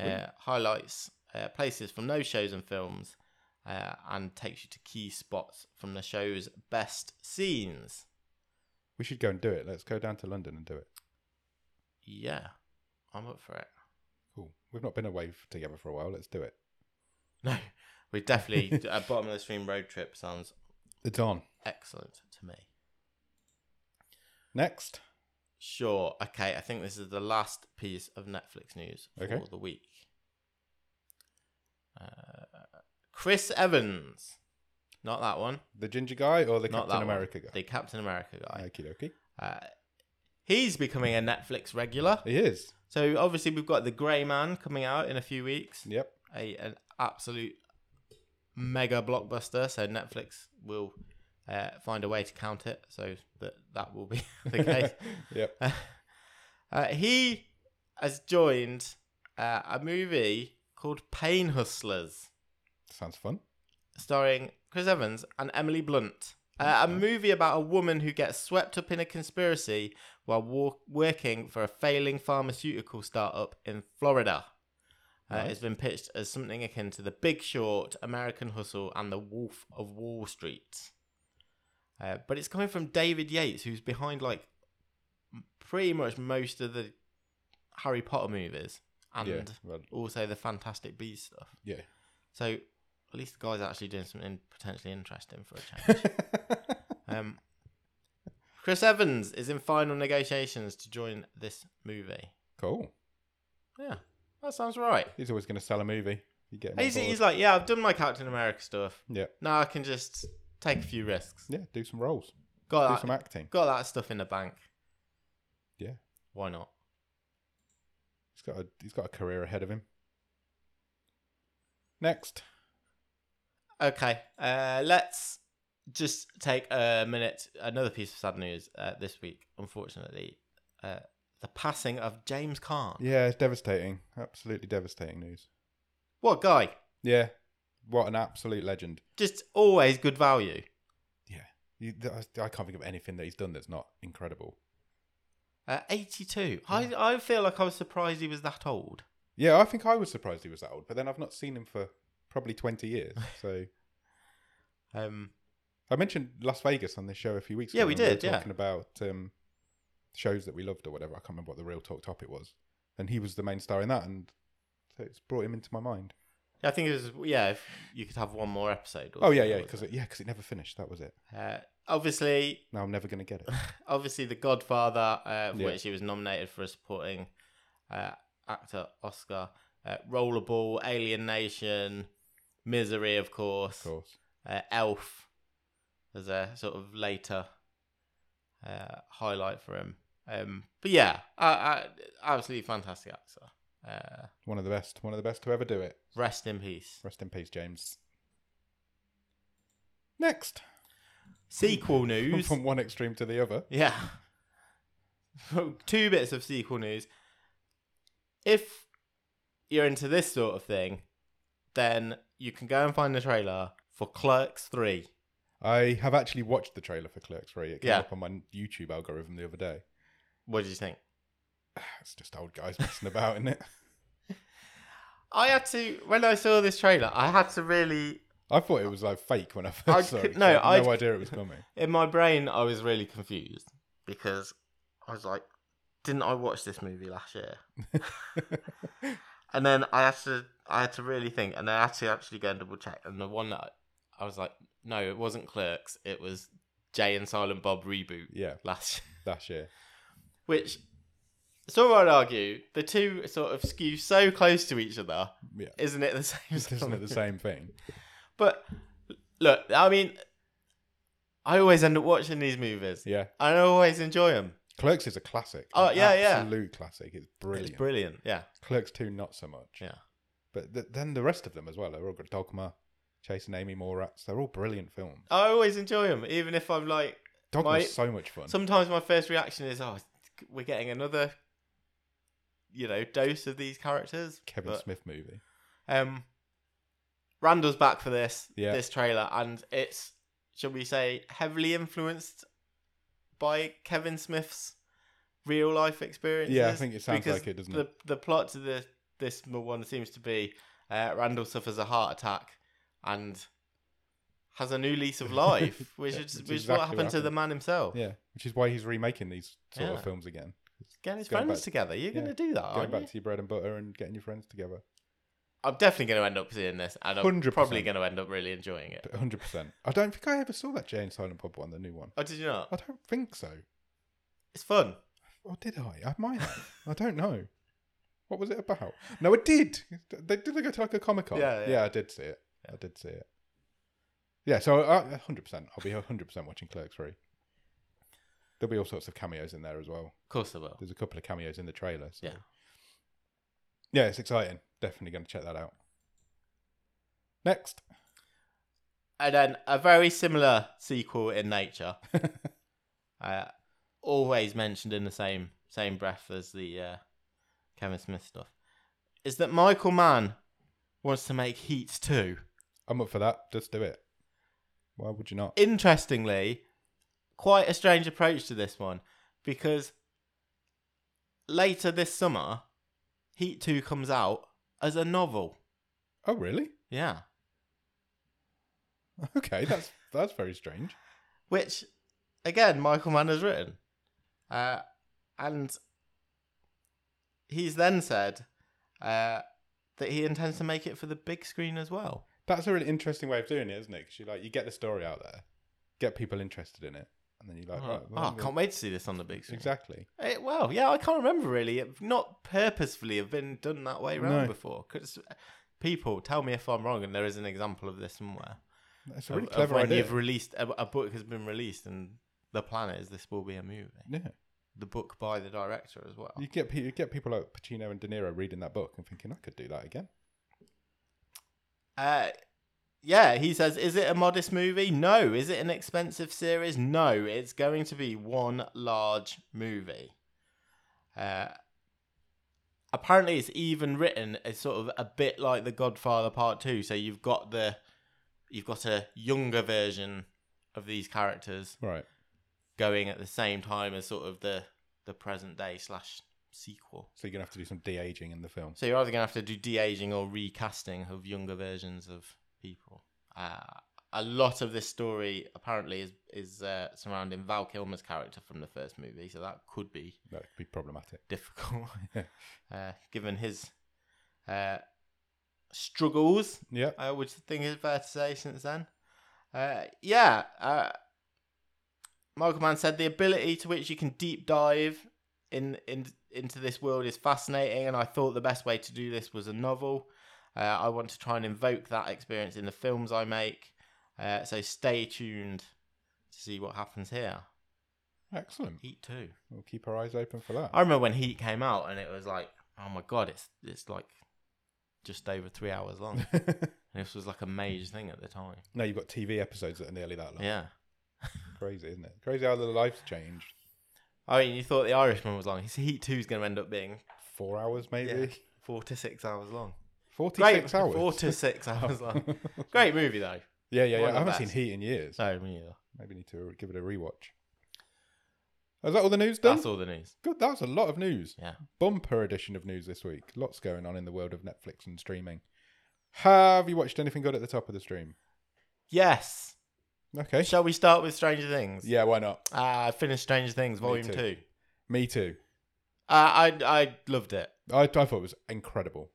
Uh, highlights uh, places from those shows and films uh, and takes you to key spots from the show's best scenes.
we should go and do it. Let's go down to London and do it.
Yeah, I'm up for it.
Cool. We've not been away f- together for a while. Let's do it.
No, we definitely a bottom of the stream road trip sounds
It's on.
excellent to me.
Next.
Sure. Okay, I think this is the last piece of Netflix news for
Okay.
the week. Uh, Chris Evans, not that one,
The ginger guy or the
not
Captain
that
America
one.
guy?
the Captain America guy.
Okie dokie.
Uh, he's becoming a Netflix regular.
He is.
So obviously we've got the Grey Man coming out in a few weeks.
Yep.
a an absolute mega blockbuster. So Netflix will uh, find a way to count it, so that that will be the case.
yep.
Uh, he has joined uh, a movie called Pain Hustlers,
Sounds fun.
starring Chris Evans and Emily Blunt. Uh, a movie about a woman who gets swept up in a conspiracy while wa- working for a failing pharmaceutical startup in Florida. Uh,
Nice.
It's been pitched as something akin to The Big Short, American Hustle, and The Wolf of Wall Street. Uh, but it's coming from David Yates, who's behind like m- pretty much most of the Harry Potter movies and
yeah. Well,
also the Fantastic Beasts stuff.
yeah.
So at least the guy's actually doing something potentially interesting for a change. um, Chris Evans is in final negotiations to join this movie.
cool.
Yeah, that sounds right.
He's always going to sell a movie. You get him on
He's,
board.
he's like, yeah, I've done my Captain America stuff.
yeah.
Now I can just take a few risks.
Yeah. Do some roles. Do
Got
some
that,
acting.
got that stuff in the bank.
Yeah.
Why not?
He's got a, he's got a career ahead of him. Next.
Okay, uh, let's just take a minute. Another piece of sad news uh, this week, unfortunately. Uh, the passing of James Caan.
Yeah, it's devastating. Absolutely devastating news.
What guy?
Yeah. What an absolute legend.
Just always good value.
Yeah. You, th- I, I can't think of anything that he's done that's not incredible.
Uh, 82. I, I feel like I was surprised he was that old.
Yeah, I think I was surprised he was that old, but then I've not seen him for probably 20 years. So
Um,
I mentioned Las Vegas on this show a few weeks ago.
Yeah, we
when were
did, yeah.
Talking about um, shows that we loved or whatever. I can't remember what the real talk topic was. And he was the main star in that. And so it's brought him into my mind.
I think it was, yeah, if you could have one more episode. Or
Oh, yeah, yeah.
something,
Because
wasn't
it, yeah, 'cause it never finished. That was it.
it? Uh, obviously,
Now I'm never going to get it.
obviously, The Godfather, uh, for
Yeah.
which he was nominated for a supporting uh, actor Oscar, uh, Rollerball, Alien Nation, Misery, of course,
Of course.
uh, Elf. There's a sort of later uh, highlight for him. Um, but yeah, I, I, absolutely fantastic actor. Uh,
One of the best. One of the best to ever do it.
rest in peace.
Rest in peace, James. Next,
Sequel news.
from one extreme to the other.
Yeah. Two bits of sequel news. If you're into this sort of thing, then you can go and find the trailer for Clerks 3.
I have actually watched the trailer for Clerks 3. It came
Yeah.
up on my YouTube algorithm the other day.
What do you think?
It's just old guys messing about, isn't it?
I had to when I saw this trailer, I had to really
I thought it was like fake when I first
I
saw
could-
it.
no,
I had no
I-
idea it was coming.
in my brain I was really confused because I was like, didn't I watch this movie last year? and then I had to I had to really think, and I had to actually go and double check. And the one that I, I was like, no, it wasn't Clerks. It was Jay and Silent Bob reboot
yeah,
last year,
last year.
which. So I'd argue the two sort of skew so close to each other,
Yeah.
isn't it the same?
Isn't it the same thing?
But look, I mean, I always end up watching these movies.
Yeah.
I always enjoy them.
Clerks is a classic.
Oh,
An
yeah, yeah.
Absolute classic. It's brilliant.
It's brilliant. Yeah.
Clerks 2, not so much.
Yeah.
But th- then the rest of them as well. They're all good. Dogma, Chasing Amy Morats. They're all brilliant films.
I always enjoy them, even if I'm like,
Dogma's
My-
so much fun.
sometimes my first reaction is, oh, we're getting another, you know, dose of these characters.
Kevin
But,
Smith movie.
Um, Randall's back for this,
Yeah.
this trailer, and it's, shall we say, heavily influenced by Kevin Smith's real life experiences.
Yeah, I think it sounds
because
like it, doesn't
the,
it?
The plot to the, this one seems to be uh, Randall suffers a heart attack and has a new lease of life, which
Yeah,
is
it's
which is
exactly
what
what
happened to the
happened.
man himself.
Yeah. Which is why he's remaking these sort
Oh. Yeah.
of films again.
Getting his
Going
friends
back-
together. You're
yeah,
going to do that,
Going
aren't
back
you?
to your bread and butter and getting your friends together.
I'm definitely going to end up seeing this, and I'm
100%.
probably going to end up really enjoying it.
100%. I don't think I ever saw that Jane Silent Bob one, the new one.
Oh, did you
I
not?
don't think so.
It's fun.
Or did I? I might have. I don't know. What was it about? No, I did. They, did they go to like a Comic Con?
Yeah, yeah.
I did see it. I did see it. Yeah, so I- 100%. I'll be 100% watching Clerks 3. There'll be all sorts of cameos in there as well.
Of course I will.
There's a couple of cameos in the trailer. So.
Yeah.
Yeah, it's exciting. Definitely going to check that out. Next.
And then a very similar sequel in nature, uh, always mentioned in the same same breath as the uh, Kevin Smith stuff, is that Michael Mann wants to make Heat two.
I'm up for that. Just do it. Why would you not?
Interestingly, quite a strange approach to this one because later this summer, Heat two comes out as a novel.
Oh, really?
Yeah,
Okay, that's that's very strange.
which again Michael Mann has written, uh, and he's then said uh, that he intends to make it for the big screen as well.
That's a really interesting way of doing it, isn't it? Because you like you get the story out there, get people interested in it, and then you're like,
oh,
right, well,
I can't wait to see this on the big screen.
exactly.
Eh, well, yeah, I can't remember really. It not purposefully have been done that way
No.
round before. 'Cause people tell me if I'm wrong, and there is an example of this somewhere.
That's a really
of, of
clever
when
idea.
you've released a, a book has been released, and the plan is this will be a movie.
Yeah,
The book by the director as well.
you get pe- you get people like Pacino and De Niro reading that book and thinking, I could do that again.
Uh, yeah, he says, is it a modest movie? No. Is it an expensive series? No. It's going to be one large movie. Uh, apparently, it's even written as sort of a bit like The Godfather Part Two. So you've got the, you've got a younger version of these characters
Right.
going at the same time as sort of the the present day slash sequel.
So you're gonna have to do some de aging in the film.
So you're either going to have to do de aging or recasting of younger versions of people. Uh, a lot of this story apparently is is uh, surrounding Val Kilmer's character from the first movie, so that could be
That could be problematic.
difficult, uh, given his uh, struggles.
Yeah.
I would Uh, think it's fair to say since then. Uh, yeah, uh, Michael Mann said the ability to which you can deep dive in, in into this world is fascinating, and I thought the best way to do this was a novel. Uh, I want to try and invoke that experience in the films I make. Uh, so stay tuned to see what happens here.
Excellent.
Heat Two.
We'll keep our eyes open for that.
I remember when Heat came out, and it was like, oh my god, it's it's like just over three hours long. and this was like a major thing at the time.
now you've got TV episodes that are nearly that long.
Yeah.
Crazy, isn't it? Crazy how the life's changed. I
I mean, you thought the Irishman was long. His Heat Two is going to end up being
Four hours, maybe.
Yeah. four to six hours long.
Forty-six
Great,
hours.
Four to six hours long.
yeah,
Great movie though.
yeah, yeah.
One of
I
the
haven't
best.
seen Heat in years.
No, me either.
Maybe need to give it a rewatch. Is that all the news done?
That's all the news.
Good. That was a lot of news.
Yeah.
Bumper edition of news this week. Lots going on in the world of Netflix and streaming. Have you watched anything good at the top of the stream?
Yes.
Okay.
Shall we start with Stranger Things?
Yeah, why not?
Uh, I finished Stranger Things
Me
Volume
too.
Two.
Me too.
Uh, I I loved it.
I, I thought it was incredible.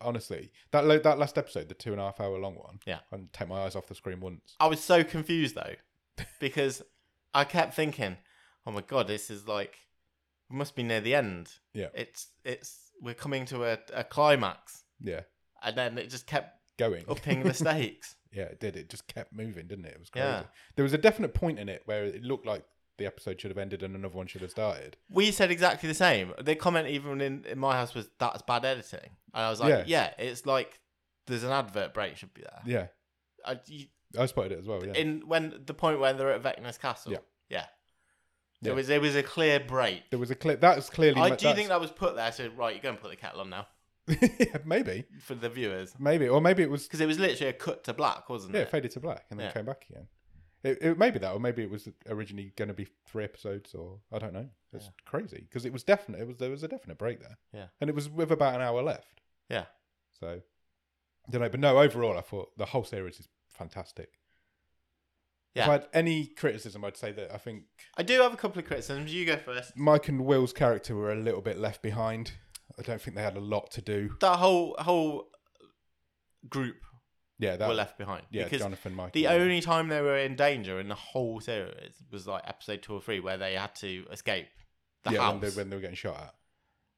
Honestly, that lo- that last episode, the two and a half hour long one.
Yeah.
I didn't take my eyes off the screen once.
I was so confused though, because I kept thinking, "Oh my god, this is like, we must be near the end.
Yeah.
It's it's we're coming to a, a climax."
Yeah.
And then it just kept
Going.
upping the stakes.
Yeah, it did. It just kept moving, didn't it? It was crazy.
Yeah.
There was a definite point in it where it looked like the episode should have ended and another one should have started.
We said exactly the same. The comment even in, in my house was that's bad editing, and I was like, "Yeah, it's like there's an advert break should be there."
Yeah.
I, you,
I spotted it as well. Yeah.
in when the point when they're at Vecna's castle.
Yeah.
yeah. There
Yeah.
was there was a clear break.
there was a clip. That was clearly.
I
ma-
do you think that was put there. So right, you go and put the kettle on now
that's- yeah, maybe.
for the viewers
Maybe. Or maybe it was.
because it was literally a cut to black, wasn't
Yeah, it
it?
faded to black and then
Yeah.
came back again. It, it maybe that, or maybe it was originally going to be three episodes, or I don't know. It's
Yeah.
crazy because it was definite. It was there was a definite break there.
Yeah.
and it was with about an hour left.
Yeah.
So, I don't know, but no. Overall, I thought the whole series is fantastic. If
Yeah.
I had any criticism, I'd say that I think
I do have a couple of criticisms. You go first.
Mike and Will's character were a little bit left behind. I don't think they had a lot to do.
That whole whole group
Yeah, that.
were left behind
yeah,
because
Jonathan, Mike.
the
and Will.
only time they were in danger in the whole series was like episode two or three where they had to escape the
yeah, when
house
they, when they were getting shot at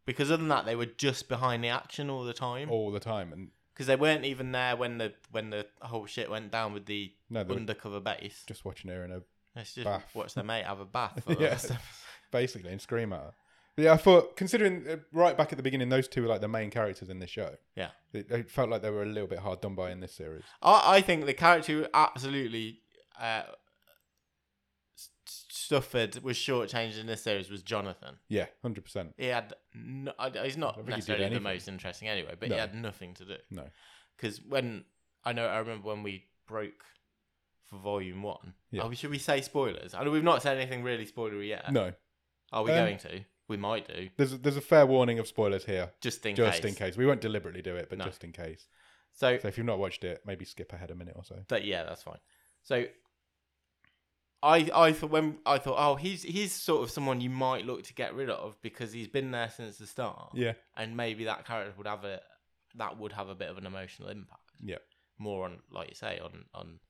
because other than that they were just behind the action all the time.
all the time, and
because they weren't even there when the when the whole shit went down with the
no, they were
undercover base.
just watching her in a
Let's just
bath.
watch their mate have a bath. For the
Yeah.
rest of-
basically and scream at her. But yeah, I thought considering uh, right back at the beginning, those two were like the main characters in this show.
Yeah.
it, it felt like they were a little bit hard done by in this series.
I, I think the character who absolutely uh, s- suffered was shortchanged in this series was Jonathan.
Yeah, hundred percent.
He had no, I- he's
I
not
don't think he did
necessarily the
anything.
most interesting anyway, but
No.
he had nothing to do.
No.
because when I know I remember when we broke for volume one.
Yeah.
Oh, should we say spoilers? I know we've not said anything really spoilery yet.
No,
Are we
Um,
going to? We might do.
there's a, there's a fair warning of spoilers here,
Just in
just
case.
in case. We won't deliberately do it, but
No.
just in case.
So
So if you've not watched it, maybe skip ahead a minute or so.
that yeah, that's fine. So I I thought when I thought oh he's he's sort of someone you might look to get rid of because he's been there since the start.
Yeah,
And maybe that character would have a that would have a bit of an emotional impact.
Yeah.
More on like you say on on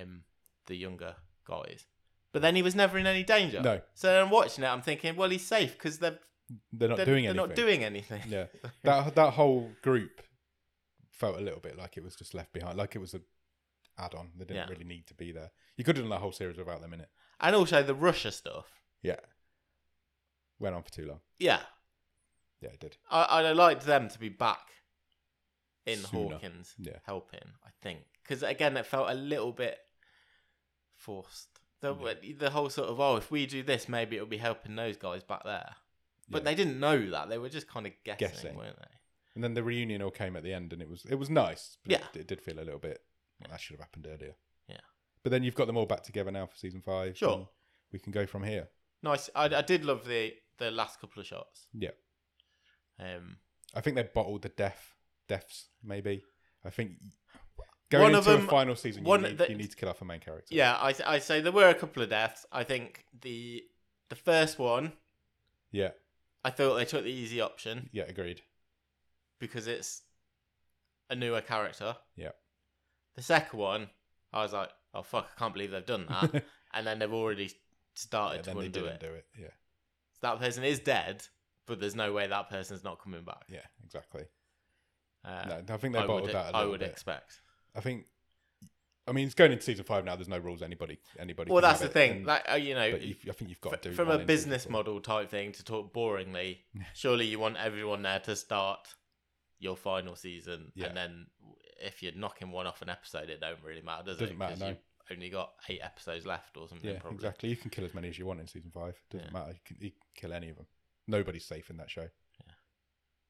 um the younger guys. But then he was never in any danger.
No.
So then I'm watching it. I'm thinking, well, he's safe because they're
they're not
they're,
doing
they're
anything.
not doing anything.
Yeah, that that whole group felt a little bit like it was just left behind, like it was a add-on. They didn't
Yeah.
really need to be there. You could have done the whole series without them in it.
And also the Russia stuff.
Yeah, went on for too long.
Yeah.
Yeah, it did.
I, I'd liked them to be back in
Sooner.
Hawkins
Yeah.
helping, I think. Because again, it felt a little bit forced. The, the whole sort of, oh, if we do this, maybe it'll be helping those guys back there. But
Yeah.
they didn't know that. They were just kind of guessing,
Guessing.
weren't they?
And then the reunion all came at the end, and it was it was nice. But
Yeah.
it, it did feel a little bit well, that should have happened earlier.
Yeah.
but then you've got them all back together now for season five.
Sure.
and we can go from here.
Nice. I, I did love the, the last couple of shots.
Yeah.
Um,
I think they bottled the death deaths. Maybe I think going
One of
into
them-
a final season,
one
you, need,
that-
you need to kill off a main character.
yeah, I, I say there were a couple of deaths. I think the the first one,
yeah,
I thought they took the easy option.
yeah. Agreed.
because it's a newer character.
Yeah.
The second one, I was like, oh fuck, I can't believe they've done that. and then they've already
Yeah,
started
then
to
they
undo
didn't
it.
do it. Yeah,
So that person is dead, but there's no way that person's not coming back.
yeah, exactly.
Uh,
No, I think they
I
bottled
would,
that a
I
little
would
bit.
expect.
I think I mean, it's going into season five now. There's no rules. Anybody, anybody.
Well,
can
that's the
have it,
thing.
and-
Like uh, you know,
but you've- I think you've got
f-
to do
from
one
a
in season
business
four.
model type thing to talk boringly. surely you want everyone there to start your final season,
Yeah.
and then if you're knocking one off an episode, it don't really matter, does it?
Doesn't matter,
'Cause
no.
You've only got eight episodes left or something.
Yeah,
probably.
exactly. You can kill as many as you want in season five. Doesn't
Yeah.
matter. You can, you can kill any of them. Nobody's safe in that show.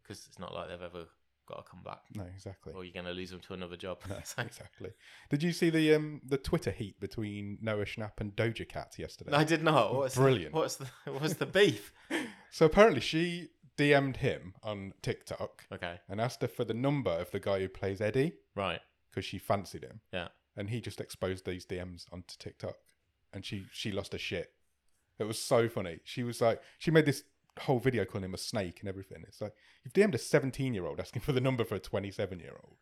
Because it's not like they've ever got to come back,
No, exactly.
or you're going to lose them to another job.
No,
So-
exactly. Did you see the um the Twitter heat between Noah Schnapp and Doja Cat yesterday?
No, I did not. What's
Brilliant.
The, what's the what's the beef?
So apparently she DM'd him on TikTok
Okay,
and asked her for the number of the guy who plays Eddie
right.
because she fancied him.
Yeah.
And he just exposed these DMs onto TikTok, and she she lost her shit. It was so funny. She was like, she made this whole video calling him a snake and everything. It's like you've DM'd a 17 year old asking for the number for a 27 year old.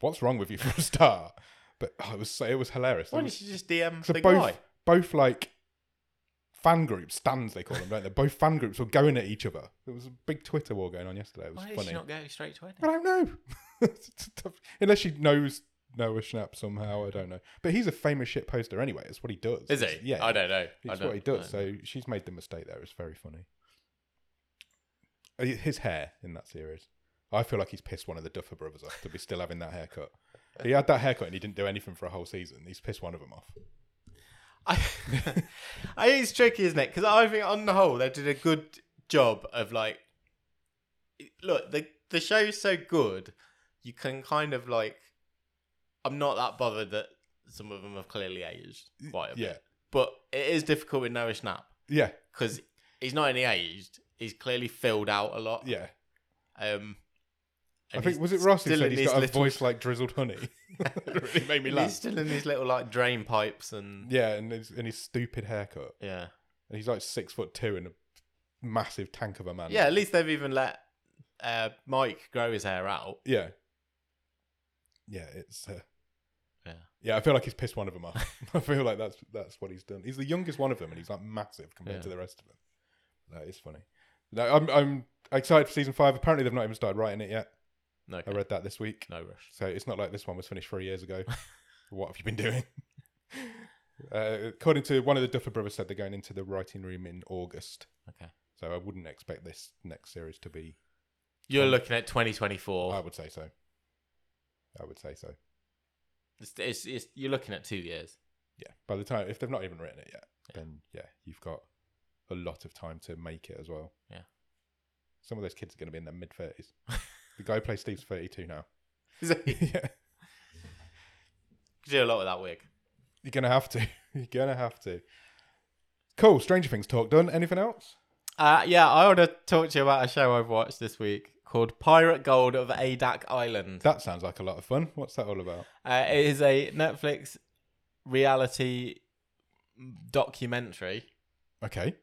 What's wrong with you for a start? But oh, it was so, it was hilarious.
Why
It
don't
was-
you just DM
so
the
both
guy?
both like fan groups, stands they call them, don't they? Both fan groups were going at each other. There was a big Twitter war going on yesterday. It was
Why did
funny.
she not go straight to Eddie?
I don't know. It's a tough- Unless she knows Noah Schnapp somehow, I don't know. But he's a famous shit poster anyway. It's what he does.
Is
It's-
he?
Yeah,
I don't know. I
It's
don't,
what he
I
does.
don't know.
So she's made the mistake there. It's very funny. Uh, His hair in that series, I feel like he's pissed one of the Duffer brothers off to be still having that haircut. He had that haircut and he didn't do anything for a whole season. He's pissed one of them off.
I, I think it's tricky, isn't it? Because I think on the whole they did a good job of like, look the the show's so good, you can kind of like, I'm not that bothered that some of them have clearly aged quite a
yeah,
bit, but it is difficult with Noah Schnapp
yeah,
because he's not only aged, he's clearly filled out a lot.
yeah.
Um,
I
and
think
he's
was it Ross who
still
said
in
he's
his
got a
little-
voice like drizzled honey. it really made me
He's
laugh.
still in these little like drain pipes and
Yeah, and his, and his stupid haircut.
yeah.
And he's like six foot two and a massive tank of a man.
Yeah, at least they've even let uh, Mike grow his hair out.
Yeah. Yeah, it's. Uh,
Yeah.
Yeah, I feel like he's pissed one of them off. I feel like that's that's what he's done. He's the youngest one of them, and he's like massive compared
Yeah.
to the rest of them. That is funny. No, I'm I'm excited for season five. Apparently, they've not even started writing it yet.
No,
I read that this week,
no rush.
so it's not like this one was finished three years ago. what have you been doing? Uh, according to one of the Duffer brothers, said they're going into the writing room in August.
Okay.
So I wouldn't expect this next series to be
You're
Um,
looking at 2024.
I would say so. I would say so.
it's, it's, it's, you're looking at two years.
Yeah. By the time, if they've not even written it yet,
Yeah.
then yeah, you've got a lot of time to make it as well.
Yeah.
Some of those kids are going to be in their mid 30s. the guy who plays Steve's 32 now.
you could
yeah.
do a lot with that wig.
You're going to have to. You're going to have to. Cool. Stranger Things talk done. Anything else?
Uh, yeah, I want to talk to you about a show I've watched this week called Pirate Gold of Adak Island.
That sounds like a lot of fun. What's that all about?
Uh, it is a Netflix reality documentary.
Okay.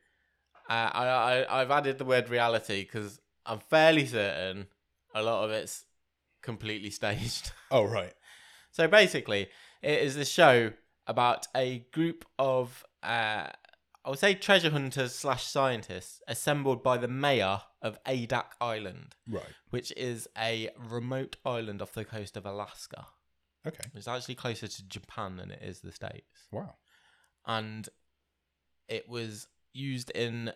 Uh, I, I I've added the word reality because I'm fairly certain a lot of it's completely staged.
Oh, right.
So basically, it is a show about a group of, uh, I would say, treasure hunters slash scientists assembled by the mayor of Adak Island,
Right.
which is a remote island off the coast of Alaska.
Okay.
It's actually closer to Japan than it is the States.
Wow.
And it was used in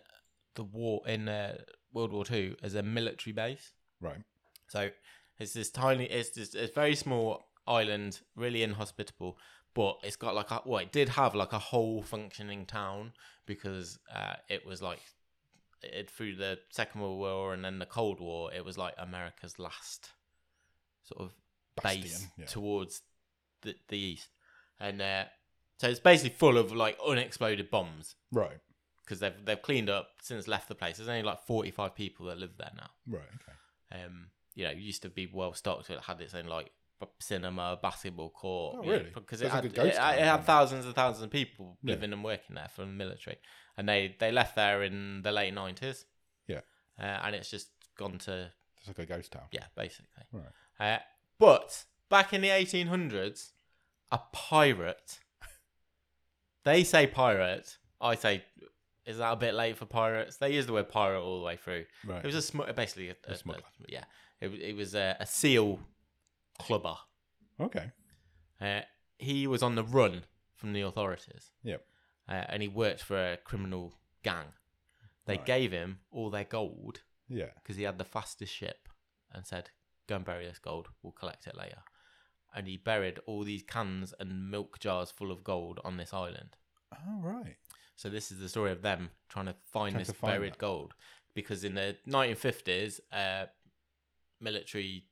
the war, in uh, World War Two as a military base.
Right.
So it's this tiny, it's this it's very small island, really inhospitable, but it's got like a, well, it did have like a whole functioning town because uh, it was like it through the Second World War and then the Cold War, it was like America's last sort of base
Bastion, yeah.
towards the, the east, and uh, so it's basically full of like unexploded bombs
Right.
because they've they've cleaned up since left the place. There's only like 45 people that live there now
Right. Okay.
um, you know, it used to be well stocked. It had its own like b- cinema, basketball court.
Oh,
you know,
really?
Because
So
it
it's like
had,
a ghost
it,
town,
it
kind
had
of.
thousands and thousands of people
Yeah.
living and working there from the military, and they they left there in the late nineties.
Yeah.
uh, and it's just gone to
It's like a ghost town.
yeah, basically.
Right.
Uh, but back in the eighteen hundreds, a pirate. They say pirate. I say, is that a bit late for pirates? They use the word pirate all the way through.
Right.
It was a sm- basically a,
A
a-
smuggler.
a- yeah, it, wa- it was a, a seal clubber.
okay.
Uh, he was on the run from the authorities.
Yep.
Uh, and he worked for a criminal gang. They
Right.
gave him all their gold
Yeah.
because he had the fastest ship and said, Go and bury this gold. We'll collect it later. And he buried all these cans and milk jars full of gold on this island.
Oh right.
So this is the story of them trying to find
Trying
this
to find
buried
that.
gold because in the 1950s, uh, military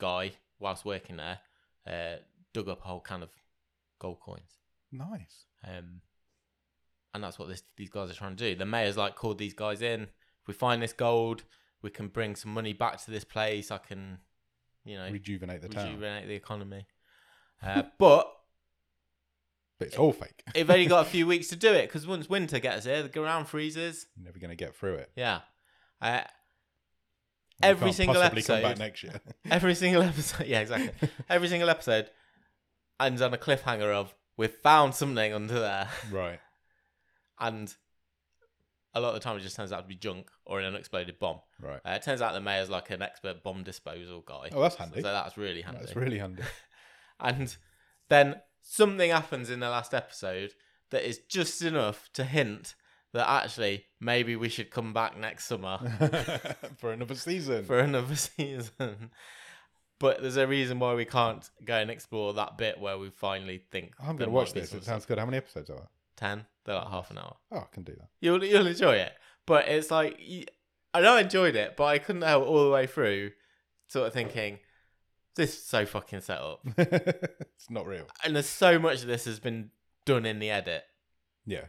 guy whilst working there uh, dug up a whole can of gold coins,
Nice.
um, and that's what this, these guys are trying to do. The mayor's like called these guys in. If we find this gold, we can bring some money back to this place. I can, you know,
Rejuvenate the town.
rejuvenate the economy. Uh, but
but it's all fake.
they've only got a few weeks to do it because once winter gets here, the ground freezes.
You're never going to get through it.
Yeah. Uh,
You
Every
can't
single
possibly come back
episode.
next year.
every single episode. Yeah, exactly. Every single episode ends on a cliffhanger of we've found something under there,
right.
and a lot of the time it just turns out to be junk or an unexploded bomb.
Right.
Uh, it turns out the mayor's like an expert bomb disposal guy.
Oh, that's
So-
handy.
So that's really handy.
That's really handy.
and then something happens in the last episode that is just enough to hint that actually maybe we should come back next summer
For another season.
for another season. But there's a reason why we can't go and explore that bit where we finally think.
I'm
there
going to watch
might be
this.
some
It sounds good. How many episodes are there?
stuff. Ten. They're like half an hour.
Oh, I can do that.
You'll you'll enjoy it. But it's like y- I know I enjoyed it, but I couldn't help all the way through, sort of thinking this is so fucking set up.
it's not real.
And there's so much of this has been done in the edit.
Yeah.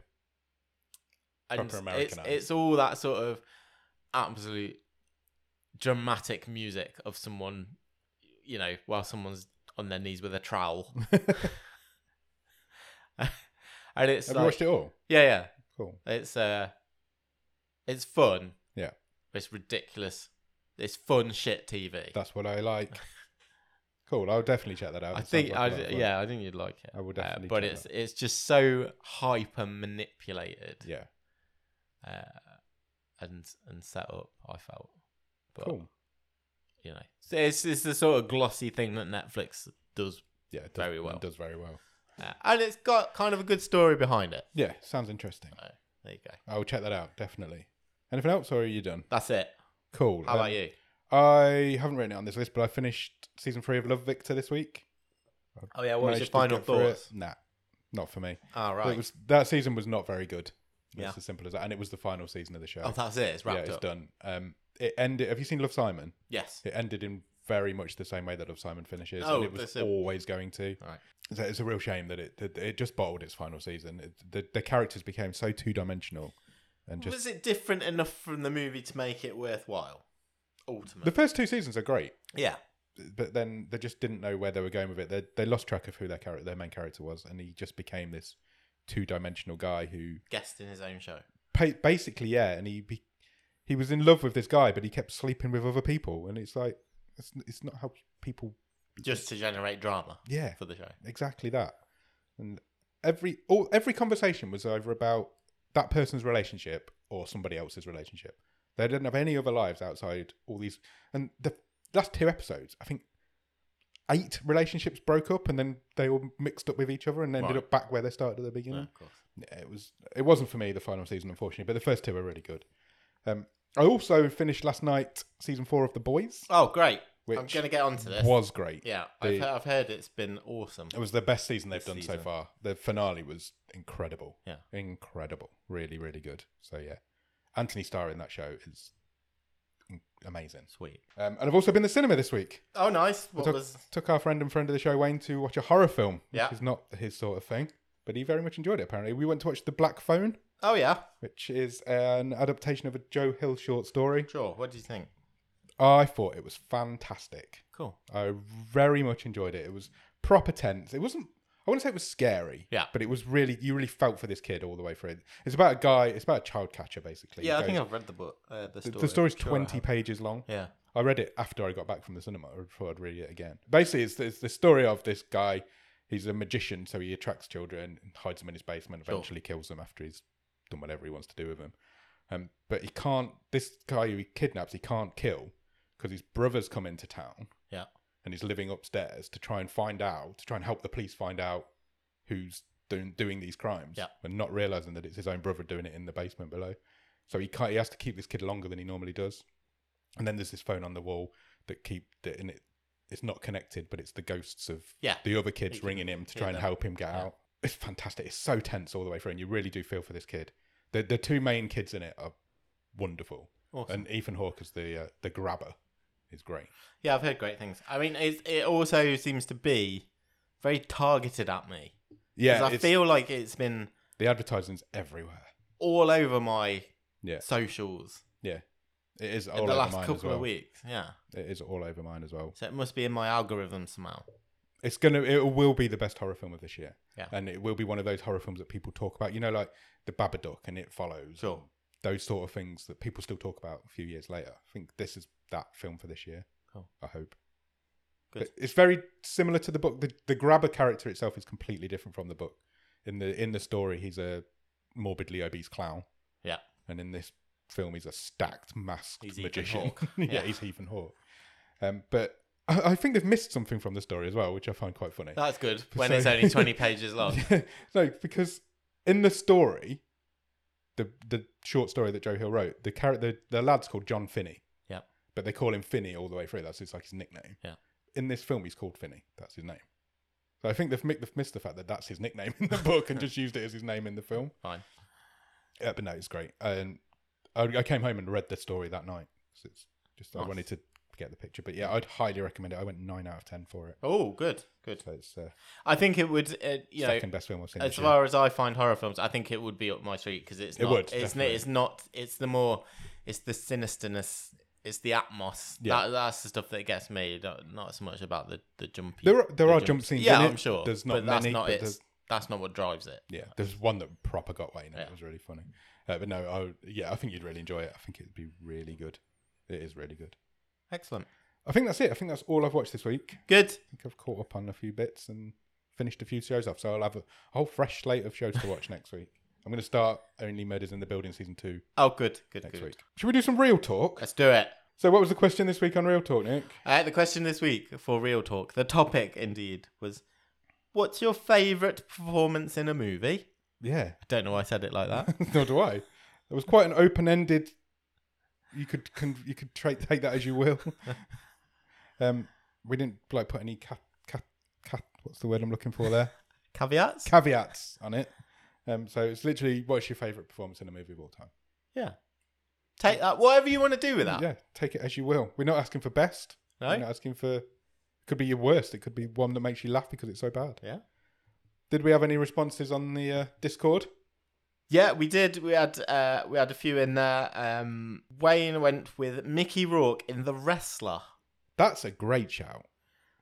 And
Proper
it's,
Americanized.
it's all that sort of absolute dramatic music of someone, you know, while someone's on their knees with a trowel.
Have
and it's
you
like,
watched it all?
yeah,
Cool.
yeah, it's uh, it's fun.
Yeah.
it's ridiculous. It's fun shit TV.
That's what I like. cool. I'll definitely check that out.
I
It sounds
think
like
I
a lot of fun.
yeah, I think you'd like it.
I will definitely
but
check
it's it's just so hyper manipulated.
Yeah.
uh, and and set up. I felt, but
Cool.
you know, So it's it's the sort of glossy thing that Netflix does,
Yeah. It does,
Very well.
It does very well.
uh, and it's got kind of a good story behind it.
Yeah. Sounds interesting.
There you go.
I'll check that out. Definitely. Anything else or are you done?
That's it.
Cool.
How
Um,
about you?
I haven't written it on this list, but I finished season three of Love Victor this week.
Oh yeah, what was your
Managed to
final
get through it.
thoughts?
Nah, not for me.
All right.
It was that season was not very good. It's
Yeah.
as simple as that, and it was the final season of the show.
oh, that's it. It's
yeah,
wrapped
it's
up.
done. Um, it ended. Have you seen Love Simon?
Yes.
It ended in very much the same way that Love Simon finishes,
Oh,
and it was
that's it.
always going to.
Right.
So it's a real shame that it that it just bottled its final season. It, the the characters became so two dimensional, and just
was it different enough from the movie to make it worthwhile?
the
Ultimately.
first two seasons are great.
yeah.
but then they just didn't know where they were going with it. They they lost track of who their character, their main character was, and he just became this two dimensional guy who
Guest in his own show.
pa- basically, yeah, and he be- he was in love with this guy, but he kept sleeping with other people, and it's like it's it's not how people,
Just to generate drama
yeah,
for the show.
exactly that. And every all every conversation was either about that person's relationship or somebody else's relationship. They didn't have any other lives outside all these. And the last two episodes, I think eight relationships broke up, and then they all mixed up with each other and ended
Right.
up back where they started at the beginning.
of course.
Yeah, It was it wasn't for me the final season, unfortunately, but the first two were really good. Um, I also finished last night season four of The Boys,
Oh, great. I'm
which
going to get onto this.
was great.
Yeah,
The- Oh.
I've, heard, I've heard it's been awesome.
It was the best season they've
This
done so
season.
far. The finale was incredible.
Yeah.
Incredible. Really, really good. So, yeah. Anthony Starr in that show is in- amazing.
Sweet.
Um, and I've also been to the cinema this week.
Oh, nice. What
took,
was?
took our friend and friend of the show, Wayne, to watch a horror film, which
Yeah.
is not his sort of thing, but he very much enjoyed it, apparently. We went to watch The Black Phone,
Oh yeah,
which is an adaptation of a Joe Hill short story.
sure. What do you think?
I thought it was fantastic.
Cool.
I very much enjoyed it. It was proper tense. It wasn't. I wouldn't say it was scary.
Yeah.
But it was really. You really felt for this kid all the way through. it. It's about a guy. It's about a child catcher basically.
Yeah,
He
I think
goes-
I've read the book. Uh, the
the,
story.
the story's
Sure I
twenty
have.
pages long.
Yeah.
I read it after I got back from the cinema. I thought I'd read it again. Basically, it's, it's the story of this guy. He's a magician, so he attracts children, hides them in his basement,
Sure.
eventually kills them after he's done whatever he wants to do with them. Um, but he can't. This guy who he kidnaps, he can't kill because his brother's come into town
Yeah.
and he's living upstairs to try and find out, to try and help the police find out who's doing doing these crimes,
Yeah.
and not realizing that it's his own brother doing it in the basement below. So he can't, he has to keep this kid longer than he normally does. And then there's this phone on the wall that keep that, and it it's not connected, but it's the ghosts of
Yeah.
the other kids
He can
ringing him to
hear
try and
them.
help him get
Yeah.
out. It's fantastic. It's so tense all the way through, and you really do feel for this kid. The the two main kids in it are wonderful,
Awesome.
and Ethan Hawke as the uh, the grabber is great.
Yeah, I've heard great things. I mean, it, it also seems to be very targeted at me.
Yeah,
Because I
it's-
feel like it's been
the advertising's everywhere.
all over my
Yeah.
socials
It is all
in
over
the last
mine
couple
as well.
of weeks. Yeah.
It is all over mine as well.
So it must be in my algorithm somehow.
It's gonna. It will be the best horror film of this year.
Yeah.
and it will be one of those horror films that people talk about. You know, like the Babadook and It Follows.
Sure.
Those sort of things that people still talk about a few years later. I think this is that film for this year.
Cool.
I hope.
Good.
But It's very similar to the book. The, the grabber character itself is completely different from the book. In the in the story, he's a morbidly obese clown,
Yeah.
and in this film, he's a stacked masked
He's Ethan
magician.
Hawke.
yeah,
Yeah.
he's Ethan Hawke. Um, but I, I think they've missed something from the story as well, which I find quite funny.
That's good when
So-
it's only 20 pages long.
Yeah, no, because in the story, the the short story that Joe Hill wrote, the character the, the lad's called John Finney.
Yep.
But they call him Finney all the way through. That's his like his nickname.
Yeah.
In this film, he's called Finney. That's his name. So I think they've, mi- they've missed the fact that that's his nickname in the book and just used it as his name in the film.
Fine.
Yeah, but no, it's great. And I, I came home and read the story that night. 'cause it's just I
Nice.
wanted to get the picture. But yeah, I'd highly recommend it. I went nine out of ten for it.
Oh, good. Good.
So it's uh,
I think it would, uh, you know,
second best film I've seen.
as
this year.
far as I find horror films, I think it would be up my street because it's
It
not.
would,
it's, n-
definitely.
it's not. It's the more. It's the sinisterness. It's the atmos.
Yeah.
That, that's the stuff that gets me. Not, not so much about the the jumpy.
There are, there
the
are jump scenes.
Yeah,
in it.
I'm sure.
There's not
but
many.
that's not
but
it's,
there's-
That's not what drives it.
yeah, there's one that proper got Wayne. and
Yeah.
It was really funny. Uh, but no, I would, yeah, I think you'd really enjoy it. I think it'd be really good. It is really good.
Excellent.
I think that's it. I think that's all I've watched this week.
Good.
I think I've caught up on a few bits and finished a few shows off. So I'll have a whole fresh slate of shows to watch next week. I'm going to start Only Murders in the Building season two
Oh, good. Good.
next
good.
week. Should we do some real talk?
Let's do it.
So, what was the question this week on Real Talk, Nick?
Uh, the question this week for Real Talk, the topic indeed was, what's your favourite performance in a movie?
Yeah,
I don't know why I said it like that.
nor do I. It was quite an open-ended. You could con- you could tra- take that as you will. um, we didn't like put any cat cat cat. What's the word I'm looking for there?
Caveats?
Caveats on it. Um, so it's literally what's your favourite performance in a movie of all time?
yeah. Take that. Whatever you want to do with that.
Yeah, take it as you will. We're not asking for best.
No?
We're not asking for. Could be your worst. It could be one that makes you laugh because it's so bad.
Yeah.
Did we have any responses on the uh, Discord?
Yeah, we did. We had uh, we had a few in there. Um, Wayne went with Mickey Rourke in The Wrestler.
That's a great shout.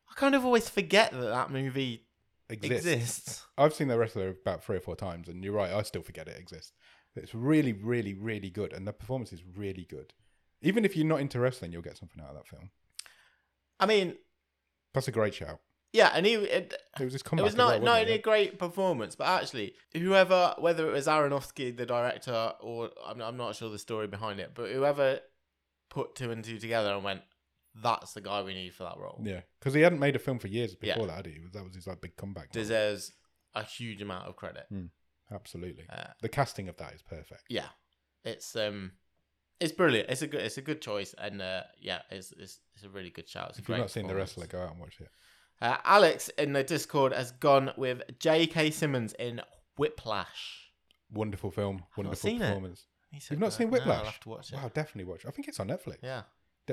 I kind of always forget that that movie
Exists.
exists.
I've seen the wrestler about three or four times, and you're right, I still forget it exists. But it's really, really, really good, and the performance is really good. Even if you're not into wrestling, you'll get something out of that film.
I mean,
That's a great shout.
yeah, and he it,
It was his
it
comeback.
was
as
not
well,
not
wasn't
only a
it?
great performance, but actually, whoever whether it was Aronofsky, the director, or I'm I'm not sure the story behind it, but whoever put two and two together and went, "That's the guy we need for that role,"
Yeah, because he hadn't made a film for years
Yeah.
before that, had he? That was his like big comeback.
deserves a huge amount of credit.
Absolutely,
Uh,
the casting of that is perfect.
yeah it's um it's brilliant it's a good it's a good choice and uh yeah it's it's, it's a really good shout it's a
If you've
great
not seen the
performance.
wrestler, go out and watch it.
uh, alex in the discord has gone with jk simmons in whiplash
Wonderful film,
not
wonderful
seen it.
performance.
He said
You've not
that.
seen
No,
Whiplash?
i'll have to watch it
Wow, definitely watch. I think it's on Netflix.
yeah Uh,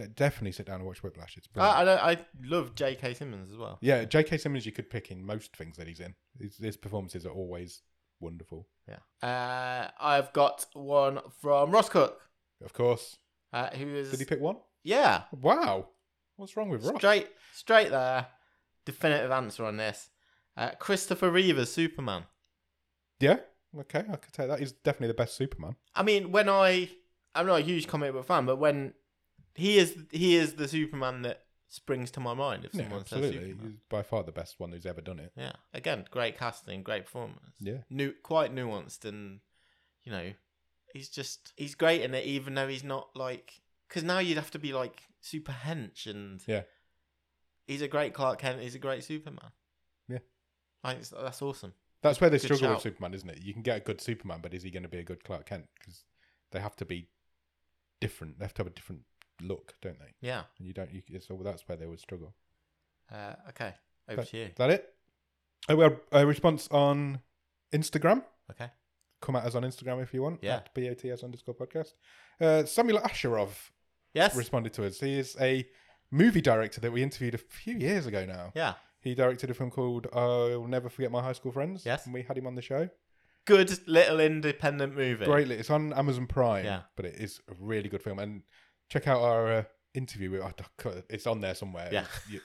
De- definitely sit down and watch Whiplash. It's brilliant.
I, I, don't- I love jk simmons as well
Yeah, J.K. Simmons you could pick in most things that he's in. His, his performances are always wonderful.
yeah uh i've got one from ross cook
Of course.
uh who is
Did he pick one?
yeah
Wow. What's wrong with Ross?
straight straight there definitive answer on this uh christopher reeves superman
Yeah. Okay, I could take that. He's definitely the best Superman.
I mean, when I I'm not a huge comic book fan, but when he is he is the Superman that springs to my mind if
Yeah,
someone says
absolutely.
Superman.
He's by far the best one who's ever done it.
Yeah. Again, great casting, great performance.
Yeah.
New quite nuanced and you know, he's just he's great in it even though he's not like cuz now you'd have to be like super hench and
Yeah.
He's a great Clark Kent, he's a great Superman.
Yeah.
Like it's- that's awesome.
That's where they
Good
struggle
shout.
with Superman, isn't it? You can get a good Superman, but is he going to be a good Clark Kent? Because they have to be different. They have to have a different look, don't they?
Yeah.
And you don't. You, so that's where they would struggle.
Uh, okay. Over to you.
Is that it? Oh, well, a response on Instagram.
Okay.
Come at us on Instagram if you want.
Yeah.
At BOTS underscore podcast. Uh, Samuel Asherov
Yes.
responded to us. He is a movie director that we interviewed a few years ago now.
yeah.
He directed a film called I'll Never Forget My High School Friends.
Yes.
And we had him on the show.
Good little independent movie.
Greatly. It's on Amazon Prime.
Yeah.
But it is a really good film. And check out our uh, interview. With, it's on there somewhere.
Yeah.
You-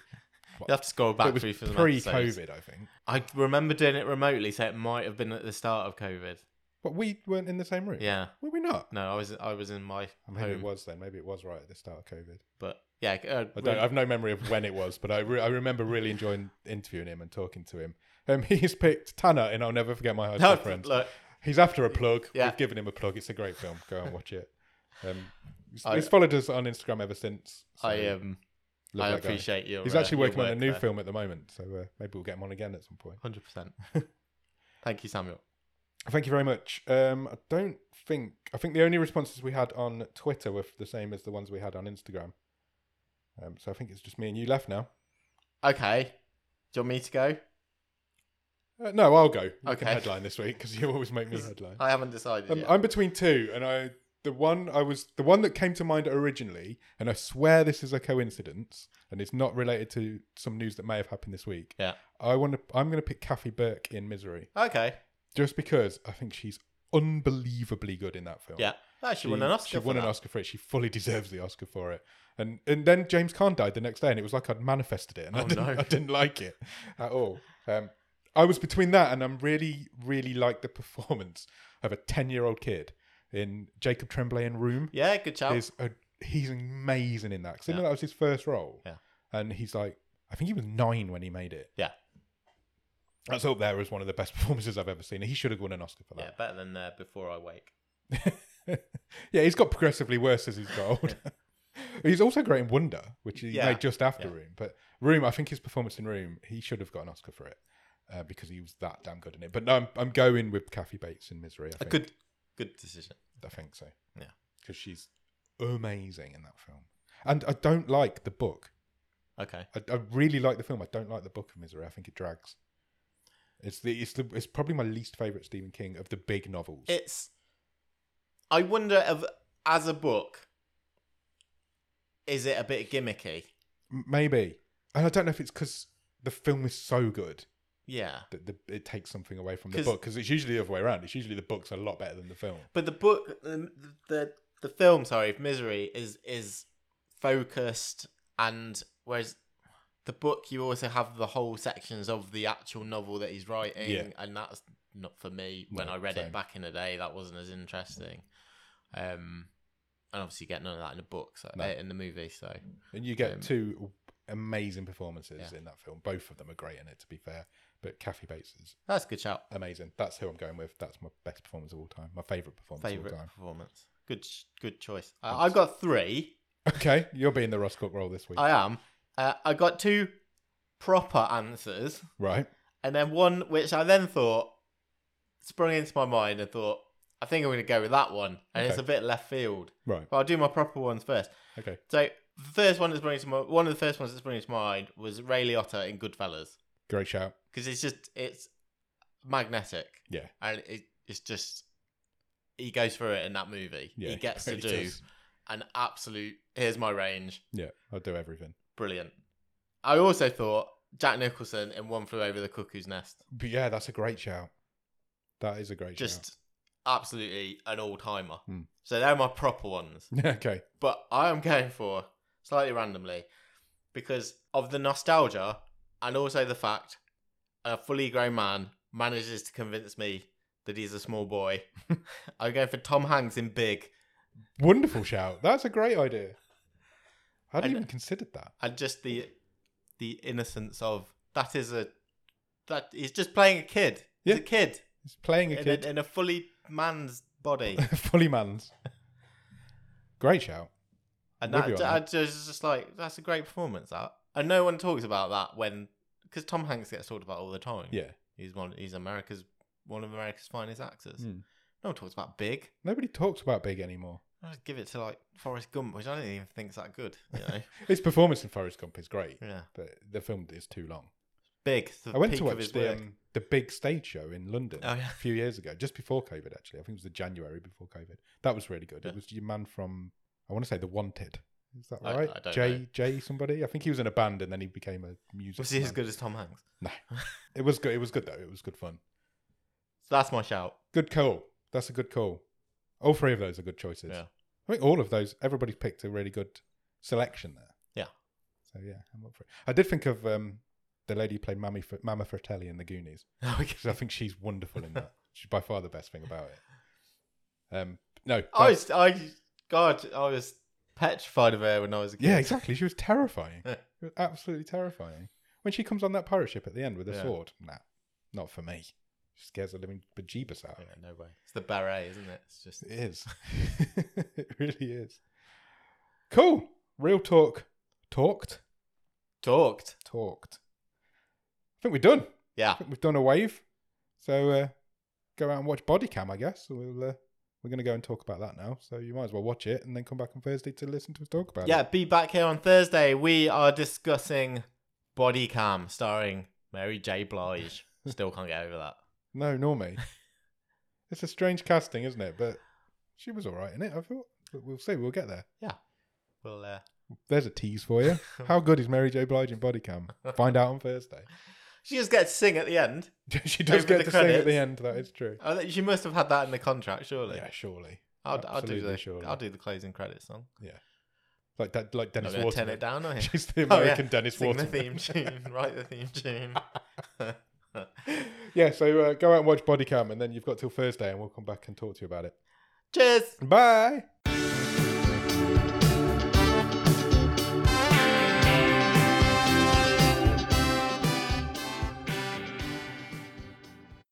You have to scroll back
it was
through for the episodes.
pre-COVID, I think.
I remember doing it remotely, so it might have been at the start of COVID.
But we weren't in the same room.
Yeah.
Were we not?
No, I was I was in my
Maybe it
home,
was then. Maybe it was right at the start of COVID.
but yeah. Uh,
I don't. I've no memory of when it was, but I re- I remember really enjoying interviewing him and talking to him. Um, he's picked Tanner, and I'll never forget my high school
no,
friends.
look,
He's after a plug.
Yeah.
We've given him a plug. It's a great film. Go and watch it. Um, he's,
I-
he's followed us on Instagram ever since. so
I um,
love
I
that guy.
appreciate uh, you.
He's actually working on a new film at the moment, so uh, maybe we'll get him on again at some point.
Hundred percent. Thank you, Samuel.
Thank you very much. Um, I don't think I think the only responses we had on Twitter were the same as the ones we had on Instagram. Um, so I think it's just me and you left now.
Okay. Do you want me to go?
Uh, no, I'll go. You
Okay. Uh,
can headline this week because you always make me
'Cause
headline.
I haven't decided
Um,
yet.
I'm between two, and I the one I was the one that came to mind originally, and I swear this is a coincidence, and it's not related to some news that may have happened this week.
Yeah.
I want to. I'm going to pick Kathy Burke in Misery
okay.
just because I think she's unbelievably good in that film.
Yeah. No, she, won an Oscar.
She
for
won
that.
an Oscar for it. She fully deserves the Oscar for it. And and then James Caan died the next day, and it was like I'd manifested it, and I
Oh,
didn't
no.
I didn't like it at all. Um, I was between that, and I'm really really like the performance of a ten year old kid in Jacob Tremblay in Room.
Yeah, good shout.
Is a, he's amazing in that because
Yeah.
that was his first role.
Yeah.
and he's like I think he was nine when he made it.
Yeah.
That's up there as one of the best performances I've ever seen. He should have won an Oscar for that.
Yeah, better than uh, Before I Wake.
yeah, he's got progressively worse as he's got older. he's also great in Wonder, which he
Yeah.
made just after
Yeah.
Room. But Room, I think his performance in Room, he should have got an Oscar for it uh, because he was that damn good in it. But no, I'm, I'm going with Kathy Bates in Misery. I
A
think,
good, good decision.
I think so.
Yeah.
because she's amazing in that film. And I don't like the book.
Okay.
I, I really like the film. I don't like the book of Misery. I think it drags. It's the it's the it's probably my least favorite Stephen King of the big novels.
It's. I wonder of as a book, is it a bit gimmicky?
M- Maybe. And I don't know if it's because the film is so good
Yeah,
that the, it takes something away from the
'Cause-
book because it's usually the other way around. It's usually the book's a lot better than the film.
but the book, the the, the film, sorry, of Misery is is focused, and whereas the book, you also have the whole sections of the actual novel that he's writing,
Yeah.
and that's not for me. When
No,
I read
same.
it back in the day, that wasn't as interesting. Um, and obviously, you get none of that in the book, so
No.
eh, in the movie, so
And you get
Um,
two amazing performances
Yeah.
in that film. Both of them are great in it, to be fair. But Kathy Bates is
that's a good shout.
amazing. That's who I'm going with. That's my best performance of all time. My favourite performance
favorite
of all time.
performance. Good, ch- good choice. Uh, I've got three.
Okay, you're being the Ross Cook role this week.
I am. Uh, I got two proper answers,
right.
and then one which I then thought sprung into my mind and thought I think I'm going to go with that one, and it's a
Okay.
bit left field.
Right.
But I'll do my proper ones first.
Okay.
So the first one that's bringing to my, one of the first ones that's bringing to mind was Ray Liotta in Goodfellas
Great shout.
because it's just it's magnetic
Yeah.
and it, it's just he goes through it in that movie.
Yeah.
he gets to
really
do
does.
an absolute here's my range.
Yeah. I'll do everything.
Brilliant. I also thought Jack Nicholson in One Flew Over the Cuckoo's Nest.
But yeah, that's a great shout. That is a great
Just absolutely an all timer.
Hmm.
So they're my proper ones.
shout. okay.
But I am going for slightly randomly because of the nostalgia and also the fact a fully grown man manages to convince me that he's a small boy. I'm going for Tom Hanks in Big.
Wonderful shout. That's a great idea. I hadn't
And-
even considered that.
and just the the innocence of that is a that he's just playing a kid. He's
Yeah.
a kid,
It's playing a
in,
kid,
A, in a fully man's body,
fully man's. Great shout.
and
With you
that,
on
I just just like that's a great performance. That and no one talks about that when because Tom Hanks gets talked about all the time.
Yeah.
He's one. He's America's one of America's finest actors.
Hmm.
No one talks about Big.
Nobody talks about Big anymore.
I just give it to like Forrest Gump, which I don't even think's that good. You know,
His performance in Forrest Gump is great,
yeah.
but the film is too long.
Big. it's The
I went
peak
to
of his
watch the
work.
um, the big stage show in London
Oh, yeah.
a few years ago, just before COVID. Actually, I think it was the January before COVID. That was really good.
Yeah.
It was your man from I want to say The Wanted. Is that
I-
right?
I don't
Jay
know.
Jay somebody. I think he was in a band and then he became a music.
Was he as
man.
good as Tom Hanks?
It was good. It was good though. It was good fun.
So that's my shout.
Good call. That's a good call. All three of those are good choices.
Yeah.
I think all of those. Everybody's picked a really good selection there.
Yeah.
So yeah, I'm up for it. I did think of um, the lady who played Mammy Fr- Mama Fratelli in The Goonies.
Okay.
because I think she's wonderful in that. She's by far the best thing about it. Um, no,
I
that's-
was, I, God, I was petrified of her when I was a kid.
yeah, exactly. She was terrifying. She was absolutely terrifying. When she comes on that pirate ship at the end with a
Yeah.
sword, nah, not for me. She scares the living bejeebus out of
Yeah,
me.
no way. It's the beret, isn't it? It's just
It is. it really is. Cool. Real talk. Talked.
talked.
Talked. I think we're done.
Yeah.
I think we've done a wave. So uh, go out and watch Body Cam, I guess. So we'll, uh, we're going to go and talk about that now. So you might as well watch it and then come back on Thursday to listen to us talk about
Yeah,
it.
be back here on Thursday. We are discussing Body Cam starring Mary J. Blige. Still can't get over that.
No, nor me. it's a strange casting, isn't it? But she was all right in it, I thought. But we'll see. We'll get there.
Well, uh,
There's a tease for you. How good is Mary J. Blige in Body Cam? Find out on Thursday.
she just gets to sing at the end.
she does
Over
get
the
to sing at
credits.
the end. That is true.
Oh, that- She must have had that in the contract, surely.
Yeah, surely.
I'll, I'll do
absolutely,
the
surely.
I'll do the closing credits song.
Like that, like
I'm
Dennis
gonna turn
Waterman.
it down on him.
She's the
Oh, yeah.
American Dennis
Sing the
Waterman.
theme tune. Write the theme tune.
yeah, so uh, go out and watch Bodycam, and then you've got till Thursday, and we'll come back and talk to you about it.
Cheers.
Bye.